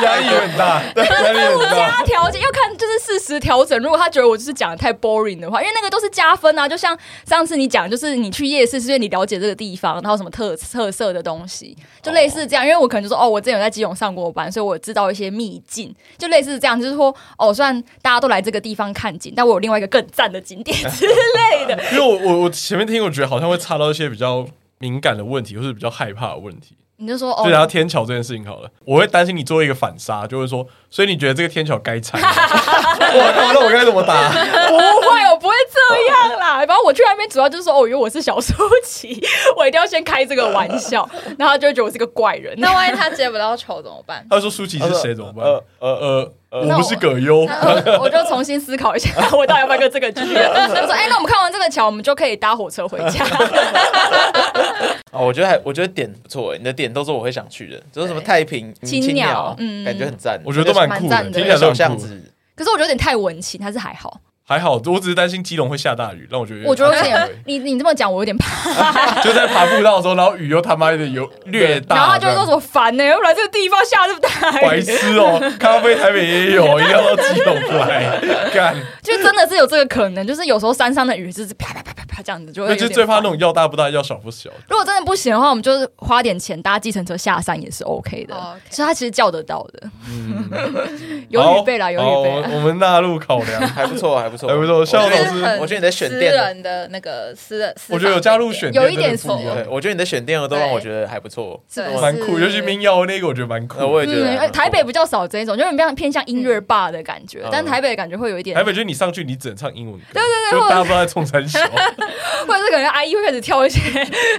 Speaker 2: 压力很 (laughs) 大，压力很大。
Speaker 4: 加调节要看就是适时调整。如果他觉得我就是讲的太 boring 的话，因为那个都是加分啊。就像上次你讲，就是你去夜市是因为你了解这个地方，然后什么特特色的东西，就类似这样。因为我可能就说哦，我之前有在基隆上过班，所以我知道一些秘境，就类似这样。就是说哦，虽然大家都来这个地方看景，但我有另外一个更赞的景点之类的。
Speaker 2: 因为我我我前面听，我觉得好像会插到一些比较敏感的问题，或是比较害怕的问题。
Speaker 4: 你就说
Speaker 2: 就聊到
Speaker 4: 哦，
Speaker 2: 天桥这件事情好了，我会担心你做一个反杀，就会说，所以你觉得这个天桥该拆
Speaker 4: (laughs)
Speaker 2: 吗？我靠，那我该怎么打？
Speaker 4: 不会，我不会这样啦。然后我去那边主要就是说哦，因为我是小说集，我一定要先开这个玩笑，然后他就会觉得我是个怪人。
Speaker 3: 那万一他接不到球怎么办？
Speaker 2: 他说舒淇是谁怎么办？
Speaker 1: 呃呃，
Speaker 2: 呃，
Speaker 1: 呃
Speaker 2: 我不是葛优，
Speaker 4: (laughs) 我我就重新思考
Speaker 2: (laughs)
Speaker 4: 一下，我到底要不要跟这个剧？他说：“哎、那我们看完这个桥，我们就可以搭火车回
Speaker 2: (laughs)
Speaker 4: 家。
Speaker 1: 哦，我觉得还我觉得点不错，你的点都是我会想去的，就是什么
Speaker 3: 对
Speaker 1: 太平、
Speaker 4: 青
Speaker 1: 青
Speaker 4: 鸟
Speaker 1: 鸟，
Speaker 4: 嗯
Speaker 1: 感觉很赞。
Speaker 2: 我觉得都蛮酷
Speaker 4: 蛮赞的
Speaker 2: 听
Speaker 1: 那
Speaker 2: 起
Speaker 1: 个
Speaker 2: 来都
Speaker 1: 小
Speaker 2: 很
Speaker 1: 巷
Speaker 2: 酷
Speaker 1: 子，”
Speaker 4: 可是我觉得有点太文青，还是还好。
Speaker 2: 还好，我只是担心基隆会下大雨，让我觉得
Speaker 4: 我觉得有
Speaker 2: 点 (laughs)
Speaker 4: 点，你你这么讲，我有点怕。
Speaker 2: 就在爬步道的时候，然后雨又他妈的有略大，
Speaker 4: 然后他就会说什么烦呢、又来这个地方下这么大
Speaker 2: 这 (laughs) 样白
Speaker 4: 雨，
Speaker 2: 痴哦，咖啡台北也有，一定要到基隆
Speaker 4: (laughs)
Speaker 2: 来干，
Speaker 4: (laughs) 就真的是有这个可能。就是有时候山上的雨就是啪啪啪啪啪这样子，就会
Speaker 2: 那
Speaker 4: 有
Speaker 2: 就
Speaker 4: 点
Speaker 2: 最怕那
Speaker 4: 烦
Speaker 2: 种要大不大，要小不小。
Speaker 4: 如果真的不行的话，我们就是花点钱搭计程车下山也是 OK 的。
Speaker 3: 哦，OK
Speaker 4: 所以他其实叫得到的。有
Speaker 2: 好
Speaker 4: 雨备 (laughs) 啦，
Speaker 2: 嗯
Speaker 4: 有
Speaker 2: 好哦
Speaker 4: 雨备啦。
Speaker 2: 我我 (laughs) 们纳入考量。
Speaker 4: (laughs)
Speaker 1: 还不错，还不错，
Speaker 2: 还
Speaker 1: 我觉
Speaker 2: 不错
Speaker 1: 得
Speaker 2: 校
Speaker 3: 就
Speaker 2: 长
Speaker 3: 是
Speaker 2: 是
Speaker 3: 很
Speaker 1: 我觉得你在选
Speaker 3: 私
Speaker 1: 店
Speaker 3: 人的那个私人，私
Speaker 2: 我觉得有加入选
Speaker 3: 房
Speaker 2: 店
Speaker 4: 有一点
Speaker 2: 真的不一样
Speaker 1: 对，我觉得你的选店都让我觉得还不错。
Speaker 4: 是不
Speaker 3: 对
Speaker 4: 是
Speaker 2: 蛮酷，尤其民谣那个，我觉得蛮酷
Speaker 1: 呃，。我也觉得还
Speaker 4: 嗯，
Speaker 1: 不错
Speaker 4: 呃台北比较少这一种，就有点偏向音乐吧的感觉
Speaker 1: 嗯，
Speaker 4: 但台北的感觉会有一点，
Speaker 2: 台北就是你上去，你只能唱英文歌，对对对，就大家都在冲三小，
Speaker 4: (laughs) 或者是可能阿姨会开始跳一些，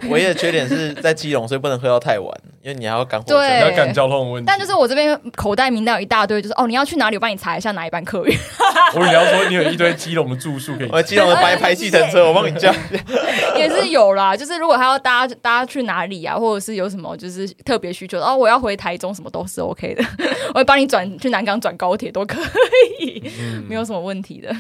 Speaker 1: 唯一的缺点是在基隆，所以不能喝到太晚，因为你还要赶火车。
Speaker 4: (laughs) 对
Speaker 2: 要赶交通的问题。
Speaker 4: 但就是我这边口袋名单有一大堆，就是哦，你要去哪里，我帮你查一下哪一班客运，
Speaker 1: (laughs)
Speaker 2: 我聊说你有一堆基隆的住宿可以
Speaker 1: 我基隆的白牌计程车，我帮你叫。
Speaker 4: 也是有啦。就是如果还要搭搭去哪里啊，或者是有什么就是特别需求，哦，我要回台中，什么都是 OK 的， (laughs) 我会帮你转去南港转高铁都可以，
Speaker 1: 嗯
Speaker 4: 没有什么问题的。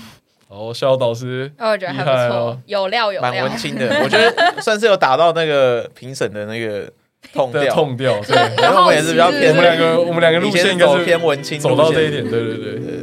Speaker 2: 哦，肖导师，
Speaker 3: 哦，我觉得还不
Speaker 2: 厉害
Speaker 3: 错
Speaker 2: 哦，
Speaker 3: 有料有
Speaker 1: 蛮
Speaker 3: 料
Speaker 1: 文。青的，我觉得算是有打到那个评审的那个痛
Speaker 2: 的
Speaker 1: 调。
Speaker 2: 痛掉，对，
Speaker 1: 因为我们也是比较
Speaker 4: 对
Speaker 2: 我
Speaker 1: 偏
Speaker 2: 们两个我们两个路
Speaker 1: 以前
Speaker 2: 线
Speaker 1: 是
Speaker 2: 应该
Speaker 1: 走
Speaker 2: 是
Speaker 1: 偏文青路线，
Speaker 2: 走到这一点，对对对。